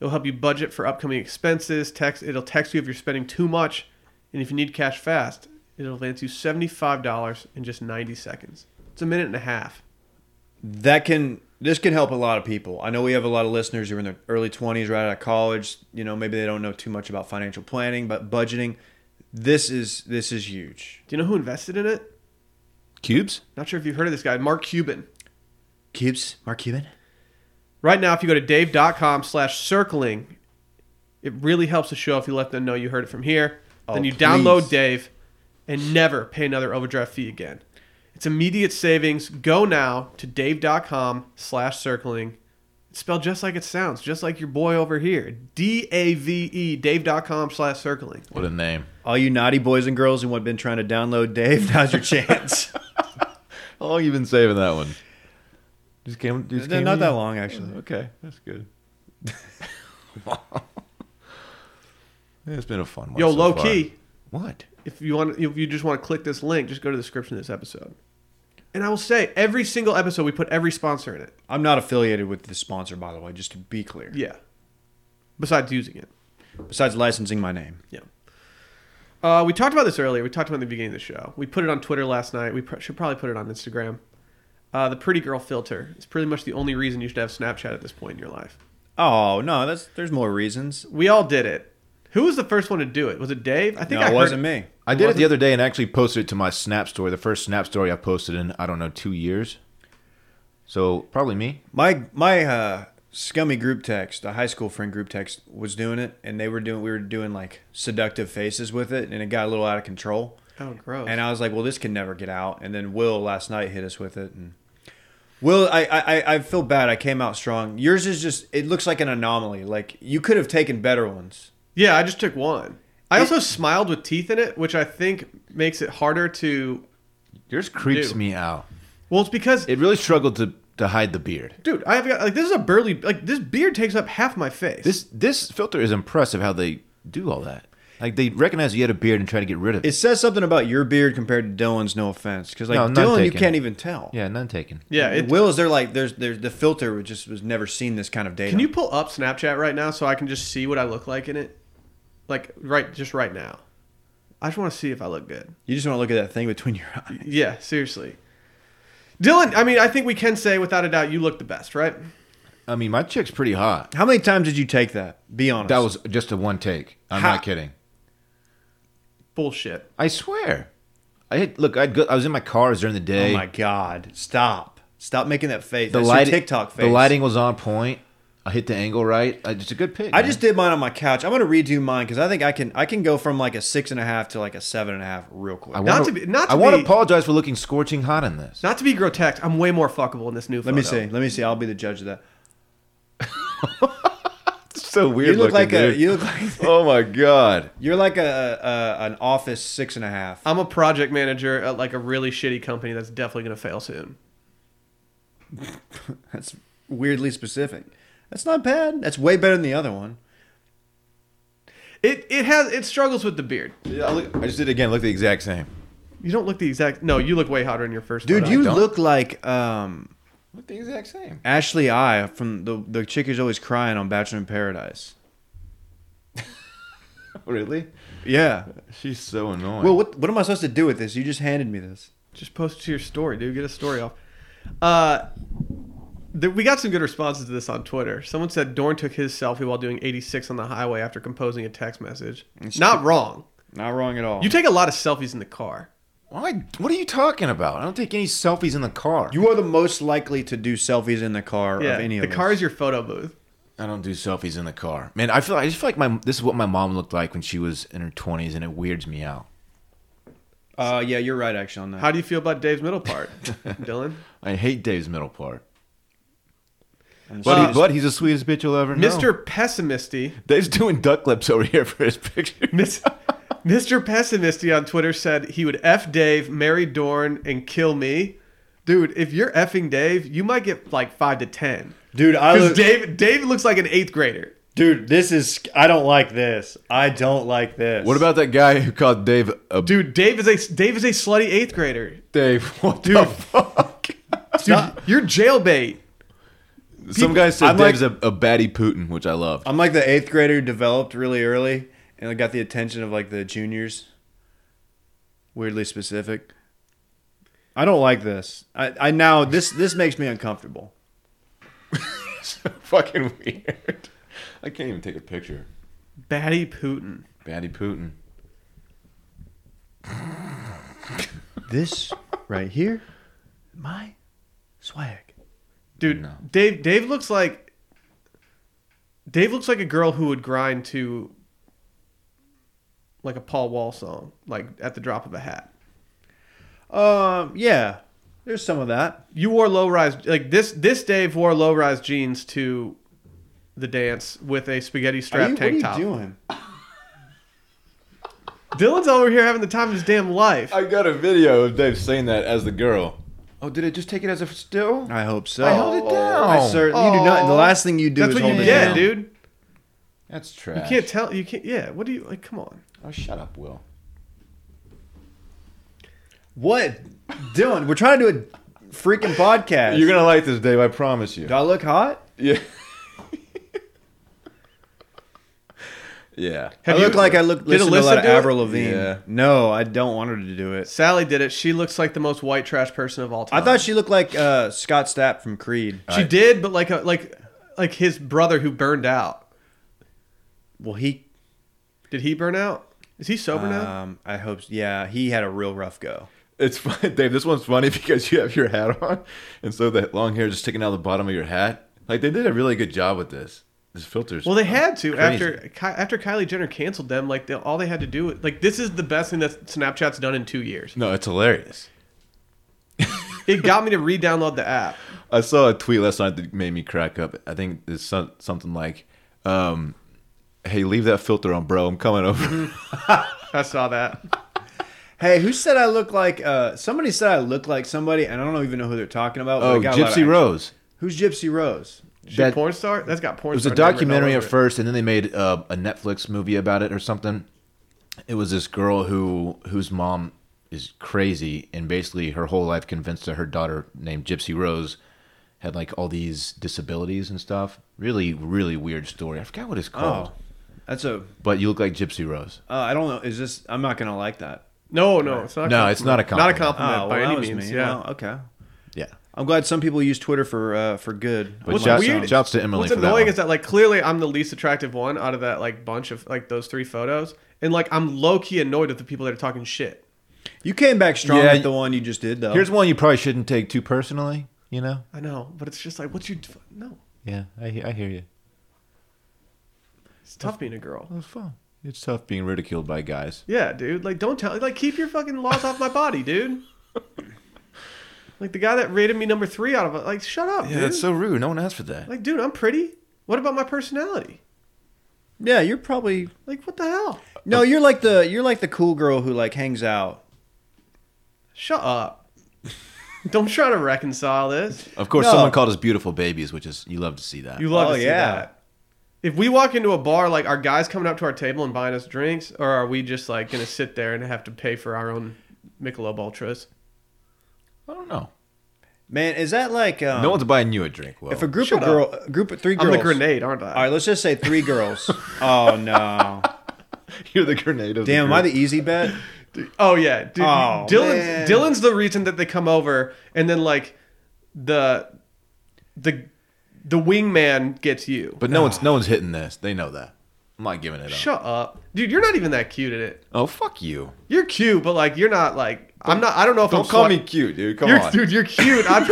It'll help you budget for upcoming expenses. Text it'll text you if you're spending too much, and if you need cash fast, it'll advance you seventy five dollars in just ninety seconds. It's a minute and a half.
that can this can help a lot of people. I know we have a lot of listeners who are in their early 20s right out of college, you know, maybe they don't know too much about financial planning, but budgeting this is this is huge.
Do you know who invested in it?
Cubes?
Not sure if you've heard of this guy, Mark Cuban.
Cubes, Mark Cuban.
Right now, if you go to dave.com slash circling, it really helps the show if you let them know you heard it from here. then
Oh,
you
please.
download Dave and never pay another overdraft fee again. It's immediate savings. Go now to dave.com slash circling. It's spelled just like it sounds, just like your boy over here. D A V E, dave.com slash circling.
What a name.
All you naughty boys and girls who have been trying to download Dave, now's your chance.
How long you been saving that one? Just came. Just
They're
came
not
to
that
you?
long actually.
Okay, that's good. Yeah, it's been a fun one.
Yo,
so
low
far.
key.
What?
if you want if you just want to click this link just go to the description of this episode and i will say every single episode we put every sponsor in it
I'm not affiliated with the sponsor by the way, just to be clear.
yeah besides using it
Besides licensing my name.
yeah uh, we talked about this earlier we talked about it in the beginning of the show we put it on twitter last night we pr- should probably put it on instagram uh, the pretty girl filter is pretty much the only reason you should have snapchat at this point in your life
Oh, no, that's there's more reasons.
we all did it who was the first one to do it was it dave i think
no,
i
it
heard-
wasn't me.
I did it the other day and actually posted it to my Snap story. The first Snap story I posted in I don't know two years. So probably me.
My my uh, scummy group text, a high school friend group text, was doing it, and they were doing we were doing like seductive faces with it, and it got a little out of control.
oh gross
And I was like, well, this can never get out. And then Will last night hit us with it, and Will, I I, I- I feel bad. I came out strong. Yours is just it looks like an anomaly. Like you could have taken better ones.
Yeah, I just took one. I also smiled with teeth in it, which I think makes it harder to.
Yours creeps
Dude.
me out.
Well, it's because,
It really struggled to to hide the beard.
dude, I've got like this is a burly like this beard takes up half my face.
This this filter is impressive how they do all that. Like they recognize you had a beard and try to get rid of it.
It says something about your beard compared to Dylan's. No offense, because like
No, none
Dylan, you
taken.
can't even tell.
yeah, none taken.
yeah, it,
Will's, they're like, there's, there's the filter was just was never seen this kind of data.
can you pull up Snapchat right now so I can just see what I look like in it? Like right, just right now. I just want to see if I look good.
You just want to look at that thing between your eyes.
Yeah, seriously. Dylan, I mean, I think we can say without a doubt you look the best, right?
I mean, my chick's pretty hot.
How many times did you take that? Be honest.
That was just a one take. I'm
Ha-
not kidding.
Bullshit.
I swear. I had, look. I'd go, I was in my cars during the
Oh
day.
my god! Stop! Stop making that face.
the
That's
lighting,
your TikTok face.
The lighting was on point. I hit the angle right. I, it's a good pick.
I
man.
just did mine on my couch. I'm gonna redo mine because I think I can. I can go from like a six and a half to like a seven and a half real quick.
I
Not
wanna,
to be- not to
I want
be-
to apologize for looking scorching hot in this.
Not to be grotesque, I'm way more fuckable in this new.
Let me
photo.
see. Let me see. I'll be the judge of that.
It's so
You
weird.
look like
looking,
a.
dude.
You look like.
oh my god.
You're like a, a an office six and a half.
I'm a project manager at like a really shitty company that's definitely gonna fail soon.
That's weirdly specific. That's not bad. That's way better than the other one.
It it has it struggles with the beard.
Yeah, I, look, I just did it again. Look the exact same.
You don't look the exact. No, you look way hotter in your first.
Dude,
photo.
you
don't.
look like um
Look the exact same.
Ashley I from the the chick who's always crying on Bachelor in Paradise.
Really?
Yeah.
She's so annoying.
Well, what what am I supposed to do with this? You just handed me this.
just post it to your story, dude. Get a story off. Uh, th- we got some good responses to this on Twitter. Someone said Dorn took his selfie while doing 86 on the highway after composing a text message. Not wrong.
Not wrong at all.
You take a lot of selfies in the car.
Why? What are you talking about? I don't take any selfies in the car.
You are the most likely to do selfies in the car
Yeah,
of any of
the
us.
car is your photo booth.
I don't do selfies in the car, man. I feel I just feel like my this is what my mom looked like when she was in her twenties, and it weirds me out.
Uh, yeah, you're right actually on that.
How do you feel about Dave's middle part, Dylan?
I hate Dave's middle part.
I'm
But,
sorry.
he, but he's the sweetest bitch you'll ever know.
Mister Pessimisty,
Dave's doing duck lips over here for his picture.
Mis- Mister Pessimisty on Twitter said he would f Dave, marry Dorn, and kill me. Dude, if you're effing Dave, you might get like five to ten.
dude, I
Because
look,
Dave, Dave looks like an eighth grader.
dude, this is I don't like this. I don't like this.
What about that guy who called Dave a
Dude, Dave is a Dave is a slutty eighth grader.
Dave? What the fuck?
Dude, you're jailbait.
Some guy said
I'm like-
Dave's a, a baddie Putin, which I loved.
I'm like the eighth grader who developed really early and I got the attention of like the juniors. Weirdly specific. I don't like this. I, I now this this makes me uncomfortable.
so fucking weird. I can't even take a picture.
Batty Putin.
Baddie Putin.
This right here, my swag.
Dude,
No.
Dave Dave looks like Dave looks like a girl who would grind to like a Paul Wall song, like at the drop of a hat.
Um, yeah, there's some of that.
You wore low rise like this this Dave wore low rise jeans to the dance with a spaghetti
Are
strap
you, what are
tank
you
top.
doing?
Dylan's over here having the time of his damn life.
I got a video of Dave saying that as the girl. Oh, did it just take it as a still?
I hope so.
I held it down.
I certainly you do not. The
Aw.
last thing you do
That's
is
what
hold
you
it
get,
down.
dude.
That's
You
trash.
can't tell you can't yeah, what do you like come on.
Oh, shut up, Will.
What, Dylan? We're trying to do a freaking podcast.
You're gonna like this, Dave. I promise you.
Do I look hot?
Yeah. yeah.
Have
I
you-
look like I look.
did
Listen to a
Alyssa
lot of
do it?
Avril Lavigne.
Yeah.
No, I don't want her to do it.
Sally did it. She looks like the most white trash person of all time.
I thought she looked like uh, Scott Stapp from Creed.
She did, but like a, like like his brother who burned out.
Well, he.
Did he burn out? Is he sober
Uh,
now?
Um, I hope. Yeah, he had a real rough go.
It's funny, Dave. This one's funny because you have your hat on, and so that long hair is just sticking out the bottom of your hat. Like they did a really good job with this. This filters.
Well, they had to
crazy.
after Ki- after Kylie Jenner canceled them. Like they, all they had to do was like this is the best thing that Snapchat's done in two years.
No, it's hilarious.
It got me to re-download the app.
I saw a tweet last night that made me crack up. I think it's some, something like, um, "Hey, leave that filter on, bro. I'm coming
Mm-hmm.
over."
I saw that.
Hey, who said I look like? Uh, somebody said I look like somebody, and I don't even know who they're talking about. but
oh,
I got a lot of
Gypsy
action.
Rose.
Who's Gypsy Rose?
She
That-
a porn star? That's got porn.
It was a
star numbers all
documentary at
over it.
first, and then they made uh, a Netflix movie about it or something. It was this girl who whose mom is crazy, and basically her whole life convinced that her daughter named Gypsy Rose had like all these disabilities and stuff. Really, really weird story. I forgot what it's called,
Oh, that's a.
but you look like Gypsy Rose.
Uh, I don't know. Is this? I'm not gonna like that. Oh,
No, no, it's not.
No, it's not a
Not
compliment.
a compliment
well,
by
that
any
was
means.
me.
Yeah.
Well, okay.
Yeah,
I'm glad some people use Twitter for uh, for good.
but
What's
shouts,
weird-
shouts to Emily
What's
for that.
annoying
one.
is that like clearly I'm the least attractive one out of that like bunch of like those three photos, and like I'm low key annoyed with the people that are talking shit.
You came back strong
Yeah,
with the one you just did, though.
Here's one you probably shouldn't take too personally. You know?
I know, but it's just like what's your no?
Yeah, I, I hear you.
It's tough being a girl.
It's fun. It's tough being ridiculed by guys.
Yeah, dude. Like don't tell like keep your fucking laws off my body, dude. Like the guy that rated me number three out of like shut up,
Yeah,
dude.
it's so rude. No one asked for that.
like, dude, I'm pretty. What about my personality?
yeah, you're probably
Like, what the hell?
no, you're like the you're like the cool girl who like hangs out.
Shut up. don't try to reconcile this.
Of course,
No.
someone called us beautiful babies, which is you love to see that.
You love
Oh,
to see
yeah.
that. If we walk into a bar, like, are guys coming up to our table and buying us drinks, or are we just like gonna sit there and have to pay for our own Michelob Ultras?
I don't know.
Man, is that like um,
no one's buying you a drink. Will.
if a group
Shut
of girl, a group of three
I'm
girls?
the grenade, aren't I?
All right, let's just say three girls. oh no,
you're the grenade of
damn! Am I
group.
the easy bet?
Oh yeah, dude.
Oh,
Dylan's
man.
Dylan's the reason that they come over, and then like the the the wingman gets you.
But no one's no one's hitting this. They know that. I'm not giving it up.
Shut up, dude. You're not even that cute in it.
oh fuck you.
You're cute, but like you're not like I'm not. I don't know if
Don't
I'm
call
swi-
me cute, dude. Come
You're,
on.
dude, you're cute. I'm,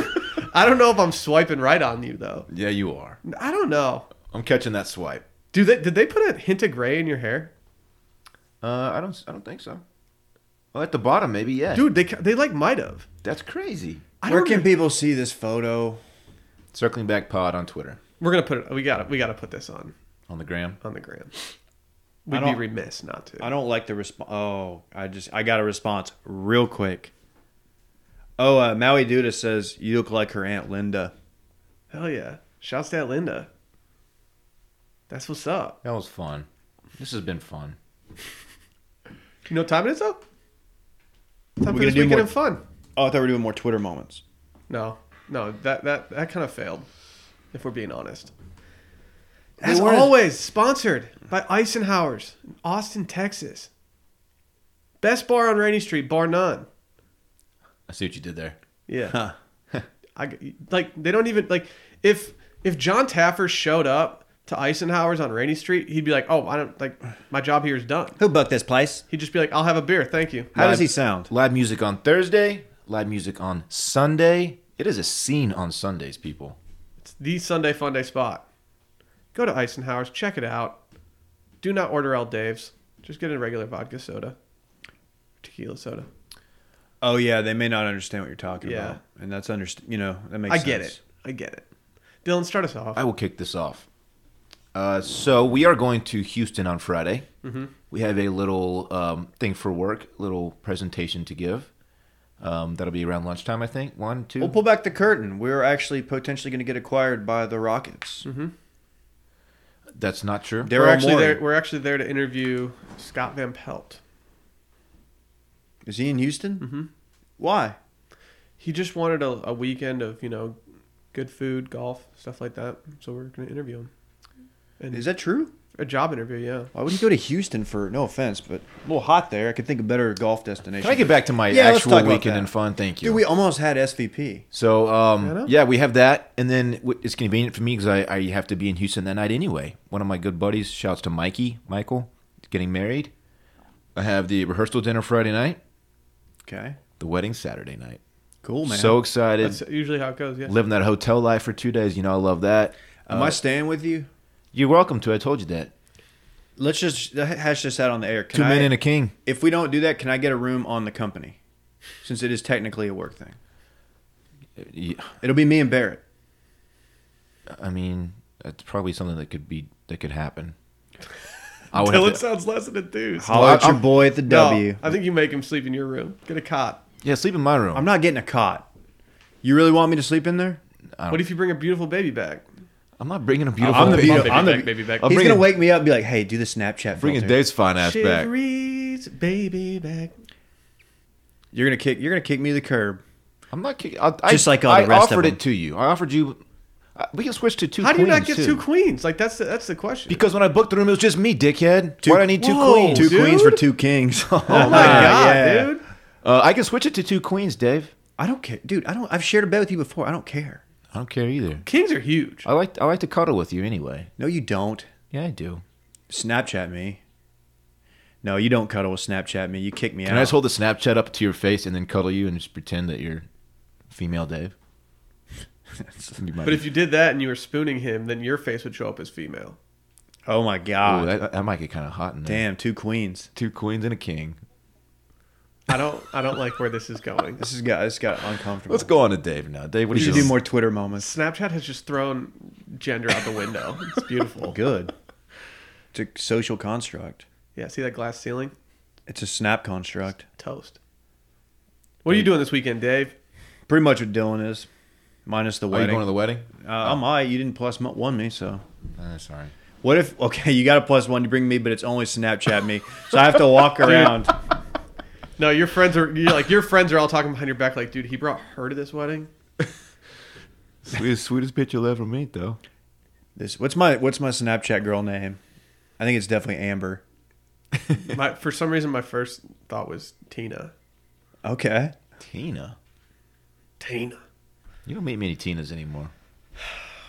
I don't know if I'm swiping right on you though.
Yeah, you are.
I don't know.
I'm catching that swipe.
Do they? Did they put a hint of gray in your hair,
Uh, I don't. I don't think so. Well, at the bottom, maybe yeah.
dude? They ca- they like might have.
that's crazy.
I
Where
don't
can
know.
people see this photo?
Circling back pod on Twitter,
We're gonna put it. We got to We got to put this on
on the gram.
on the gram.
I
We'd be
don't-
remiss not to.
I don't like the response. Oh, I just I got a response real quick. Oh, uh, Maui Duda says you look like her aunt Linda.
Hell yeah! Shouts to that Linda. That's what's up.
That was fun. This has been fun.
You know what time it is though. Time
We're
for
gonna
this
do
weekend
more-
and fun.
Oh, I thought we were doing more Twitter moments.
No, no, that that that kind of failed. If we're being honest.
They
As
weren't-
always, sponsored by Eisenhower's in Austin, Texas. Best bar on Rainy Street, bar none.
I see what you did there.
Yeah.
Huh.
I like they don't even like if if John Taffer showed up to Eisenhower's on Rainy Street, he'd be like, "Oh, I don't like my job here is done."
Who booked this place?
He'd just be like, "I'll have a beer, thank you."
How does
Live-
he sound?
Live music on Thursday. Live music on Sunday. It is a scene on Sundays, people.
It's the Sunday Fun Day spot. Go to Eisenhower's, check it out. Do not order El Dave's. Just get a regular vodka soda, tequila soda.
Oh yeah, they may not understand what you're talking
Yeah.
about, and that's underst- You know that makes.
I get
sense.
it. I get it. Dylan, start us off.
I will kick this off. Uh, so we are going to Houston on Friday.
Mm-hmm.
We have a little um, thing for work, little presentation to give. Um, that'll be around lunchtime, I think. One, two.
We'll pull back the curtain. We're actually potentially going to get acquired by the Rockets.
That's not true.
Daryl
Mm-hmm. we're actually
Morey.
there. We're actually there to interview Scott Van Pelt.
Is he in Houston? Mm-hmm. Why?
He just wanted a, a weekend of you know, good food, golf, stuff like that. So we're gonna interview him. And
Is that true?
a job interview, yeah.
Why would he go to Houston for? No offense, but a little hot there. I could think of better golf destination.
Can I get back to my
Yeah, let's
actual
talk about
weekend
that.
and fun? Thank you.
Dude, we almost had SVP.
so,
I know.
um, yeah, we have that. And then w- it's convenient for me because I, I have to be in Houston that night anyway. One of my good buddies, shouts to Mikey, Michael, getting married. I have the rehearsal dinner Friday night,
Okay,
the wedding Saturday night.
cool man.
So excited.
That's usually how it goes. Yeah.
living that hotel life for two days. You know, I love that.
am I staying with you?
You're welcome to. I told you that.
Let's just hash this out on the air. Can
Two
I,
men and a king.
if we don't do that, can I get a room on the company? Since it is technically a work thing,
Y-
it'll be me and Barrett.
I mean, that's probably something that could be that could happen. I would
Dylan
have to,
sounds less than enthused.
Holler
Well,
at your
I'm-
boy at the W.
I think you make him sleep in your room. Get a cot.
yeah, sleep in my room.
I'm not getting a cot. You really want me to sleep in there?
What if you bring a beautiful baby back?
I'm not bringing a beautiful.
I'm the
baby.
beautiful-
baby
I'm the-
back, baby back.
I'm
He's
bringing-
gonna wake me up and be like, "Hey, do the Snapchat."
bringing
filter."
Dave's fine ass back.
Shiveries, baby back.
You're gonna kick. You're gonna kick me to the curb.
I'm not kidding. I, I-
Just like all the
I
rest of
offered
them.
it to you. I offered you. I, we can switch to two.
How do you not get
queens, too.
two queens? Like that's the, that's the question.
Because when I booked the room, it was just me, dickhead. Why do I need two
Whoa,
queens?
Two
dude.
queens for two kings. oh
oh my god, dude.
Uh, I can switch it to two queens, Dave.
I don't care, dude. I don't. I've shared a bed with you before. I don't care.
I don't care either.
Kings are huge.
I like I like to cuddle with you anyway.
No, you don't.
Yeah, I do.
Snapchat me. No, you don't cuddle with Snapchat me. You kick me
Can
out.
I just hold the Snapchat up to your face and then cuddle you and just pretend that you're female Dave?
But if you did that and you were spooning him, then your face would show up as female.
oh my god.
Ooh, that, that might get kind of hot in there.
Damn, two queens.
Two queens and a king.
I don't I don't like where this is going.
This has got this got uncomfortable.
Let's go on to Dave now. Dave, what
We
are you
should do
doing?
more Twitter moments.
Snapchat has just thrown gender out the window. It's beautiful.
Good. It's a social construct.
Yeah, see that glass ceiling?
It's a snap construct.
Toast. What are you doing this weekend, Dave?
Pretty much what Dylan is, minus the
Are Oh, you
wedding.
going to the wedding?
uh, I'm I. You didn't plus mo- one me, so.
Uh, sorry.
What if? Okay, you got a plus one. You bring me, but it's only Snapchat me, so I have to walk around.
No, your friends are you're like your friends are all talking behind your back like, dude, he brought her to this wedding.
Sweetest, sweetest bitch you'll ever meet, though.
This what's my what's my Snapchat girl name? I think it's definitely Amber.
My, for some reason my first thought was Tina.
Okay.
Tina.
Tina.
You don't meet many Tinas anymore.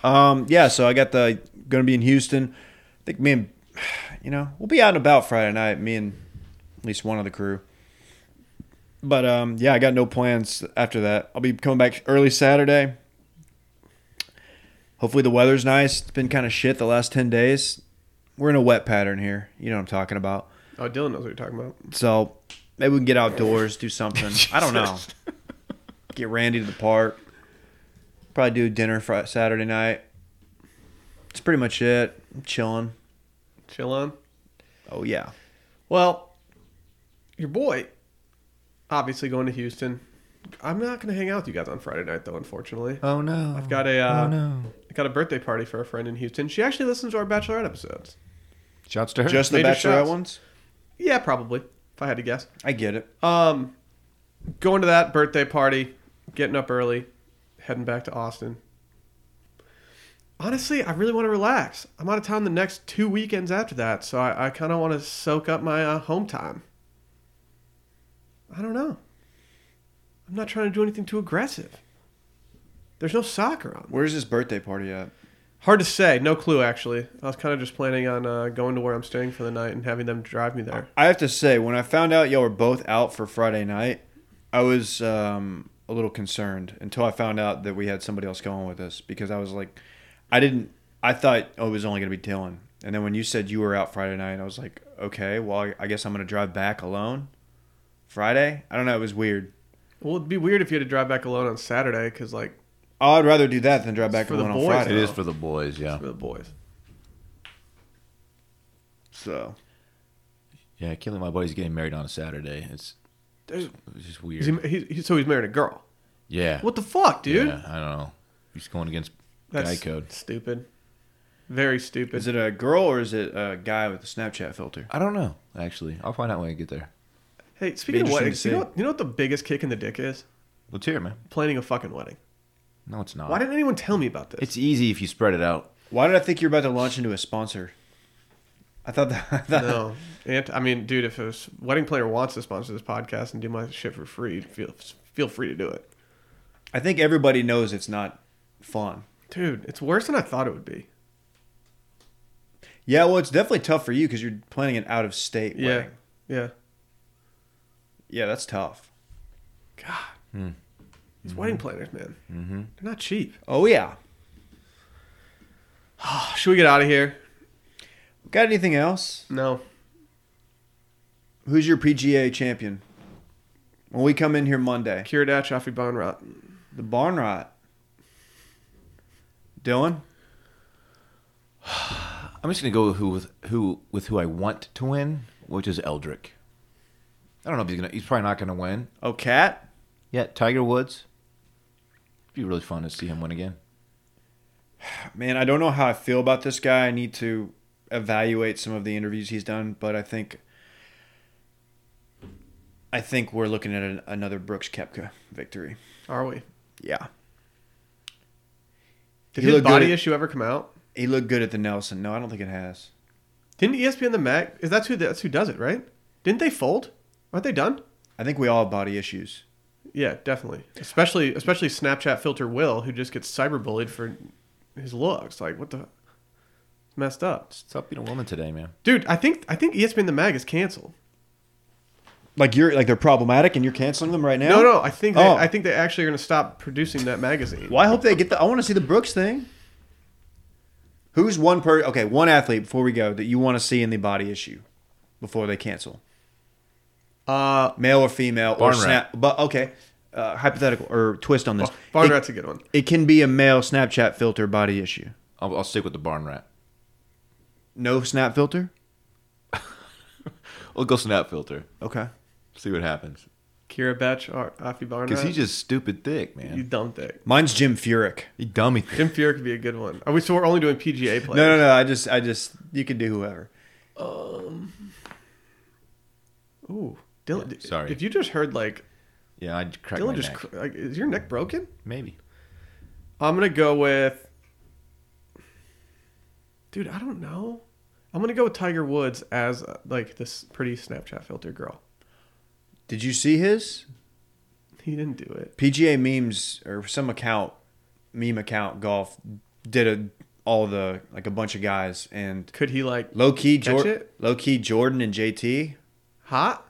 Um. Yeah. So I got the going to be in Houston. I think me and you know we'll be out and about Friday night. Me and at least one of the crew. But um, yeah, I got no plans after that. I'll be coming back early Saturday. Hopefully the weather's nice. It's been kind of shit the last ten days. We're in a wet pattern here. You know what I'm talking about.
Oh, Dylan knows what you're talking about.
So maybe we can get outdoors, do something. I don't know. Get Randy to the park. Probably do dinner Friday, Saturday night. It's pretty much it. I'm chilling.
Chill on.
Oh yeah.
Well, your boy, obviously going to Houston. I'm not going to hang out with you guys on Friday night though, unfortunately.
Oh no!
I've got a uh,
oh no!
I got a birthday party for a friend in Houston. She actually listens to our Bachelorette episodes.
Shouts to her.
Just the
Major
bachelorette
shots.
ones.
Yeah, probably. If I had to guess.
I get it.
Um, going to that birthday party, getting up early, heading back to Austin. Honestly, I really want to relax. I'm out of town the next two weekends after that, so I, I kind of want to soak up my uh, home time. I don't know. I'm not trying to do anything too aggressive. There's no soccer on.
Where's this birthday party at?
Hard to say. No clue, actually. I was kind of just planning on uh, going to where I'm staying for the night and having them drive me there.
I have to say, when I found out y'all were both out for Friday night, I was um, a little concerned until I found out that we had somebody else going with us because I was like, I didn't, I thought oh, it was only going to be Dylan. And then when you said you were out Friday night, I was like, okay, well, I- I guess I'm going to drive back alone Friday. I don't know. It was weird.
Well, it'd be weird if you had to drive back alone on Saturday because, like,
Oh, I'd rather do that than drive back
for the
alone on
boys,
Friday.
It is for the boys. Yeah.
for the boys.
So
Yeah. Killing my buddy's getting married on a Saturday. It's
There's-
it's just
Is
weird.
he, he, he- so he's married a girl.
yeah.
What the fuck, dude?
Yeah, I don't know. He's going against
That's
guy code.
stupid. Very stupid.
is it a girl or is it a guy with a Snapchat filter?
I don't know. Actually, I'll find out when I get there.
hey, speaking of
interesting
weddings,
to
you know,
see.
what, you know what the biggest kick in the dick is?
Let's hear it, man.
Planning a fucking wedding.
No, it's not.
Why didn't anyone tell me about this?
it's easy if you spread it out.
Why did I think you were about to launch into a sponsor? I thought that. I thought
no. Ant, I mean, dude, if a s- wedding planner wants to sponsor this podcast and do my shit for free, feel feel free to do it.
I think everybody knows it's not fun.
Dude, it's worse than I thought it would be.
Yeah, well, it's definitely tough for you because you're planning an out of state
Yeah.
wedding.
Yeah.
Yeah, that's tough.
God. These wedding planners, man. They're not cheap.
Oh yeah.
Should we get out of here?
Got anything else?
No.
Who's your PGA champion? When we come in here Monday,
Kiradach Afi Bonrot.
the barn rot. Dylan,
I'm just gonna go with who with who with who I want to win, which is Eldrick. I don't know if he's gonna. He's probably not gonna win.
oh cat.
Yeah, Tiger Woods. It'd be really fun to see him win again.
Man, I don't know how I feel about this guy. I need to evaluate some of the interviews he's done, but I think I think we're looking at an, another Brooks Kepka victory.
Are we?
Yeah.
Did
He
his
looked good
body
at-
issue ever come out?
He looked good at the Nelson. No, I don't think it has.
Didn't E ESPN the Mac? Is that's who that's who does it, right? Didn't they fold? Aren't they done?
I think we all have body issues.
Yeah, definitely. Especially especially Snapchat filter Will, who just gets cyberbullied for his looks. Like what the messed up,
Stop being a woman today, man.
dude. I think I think E ESPN the Mag is canceled.
Like you're like they're problematic and you're canceling them right now?
No, no. I think they,
Oh.
I think they actually are going to stop producing that magazine.
Well, I hope they get the I want to see the Brooks thing. Who's one per okay, one athlete before we go that you want to see in the body issue before they cancel?
Uh,
male or female or
Barn
snap. But okay, uh, hypothetical or twist on this.
Barn
it,
rat's a good one.
it can be a male Snapchat filter body issue.
I'll, I'll stick with the barn rat.
No snap filter.
We'll go snap filter.
Okay.
See what happens.
Kira Betch or Afi Barn
Because
rat.
he's just stupid thick,
you
man.
dumb dick.
Mine's Jim Furyk.
He dummy. thick.
Jim Furyk could be a good one. Are we? So we're only doing PGA
No,
players.
no, no. I just, I just, you can do whoever.
Ooh, Dylan.
Yeah, sorry.
If you just heard like
Yeah, I cracked my
Dylan just
neck.
cr- like, is your neck broken?
Maybe.
I'm gonna go with. Dude, I don't know. I'm gonna go with Tiger Woods as uh, like this pretty Snapchat filter girl.
Did you see his
He didn't do it.
PGA memes or some account, meme account golf did a all the like a bunch of guys and
Could he like
low key
Catch
Jordan,
it?
low key Jordan and JT.
hot?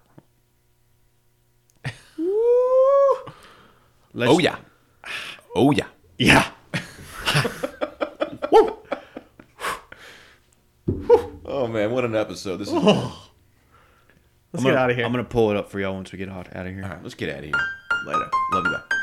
Let's,
oh yeah, oh yeah.
yeah.
Oh man, what an episode! This is.
Let's
I'm gonna,
get out of here.
I'm gonna pull it up for y'all once we get hot out of here.
All right, let's get out of here. Later. Love you. Bye.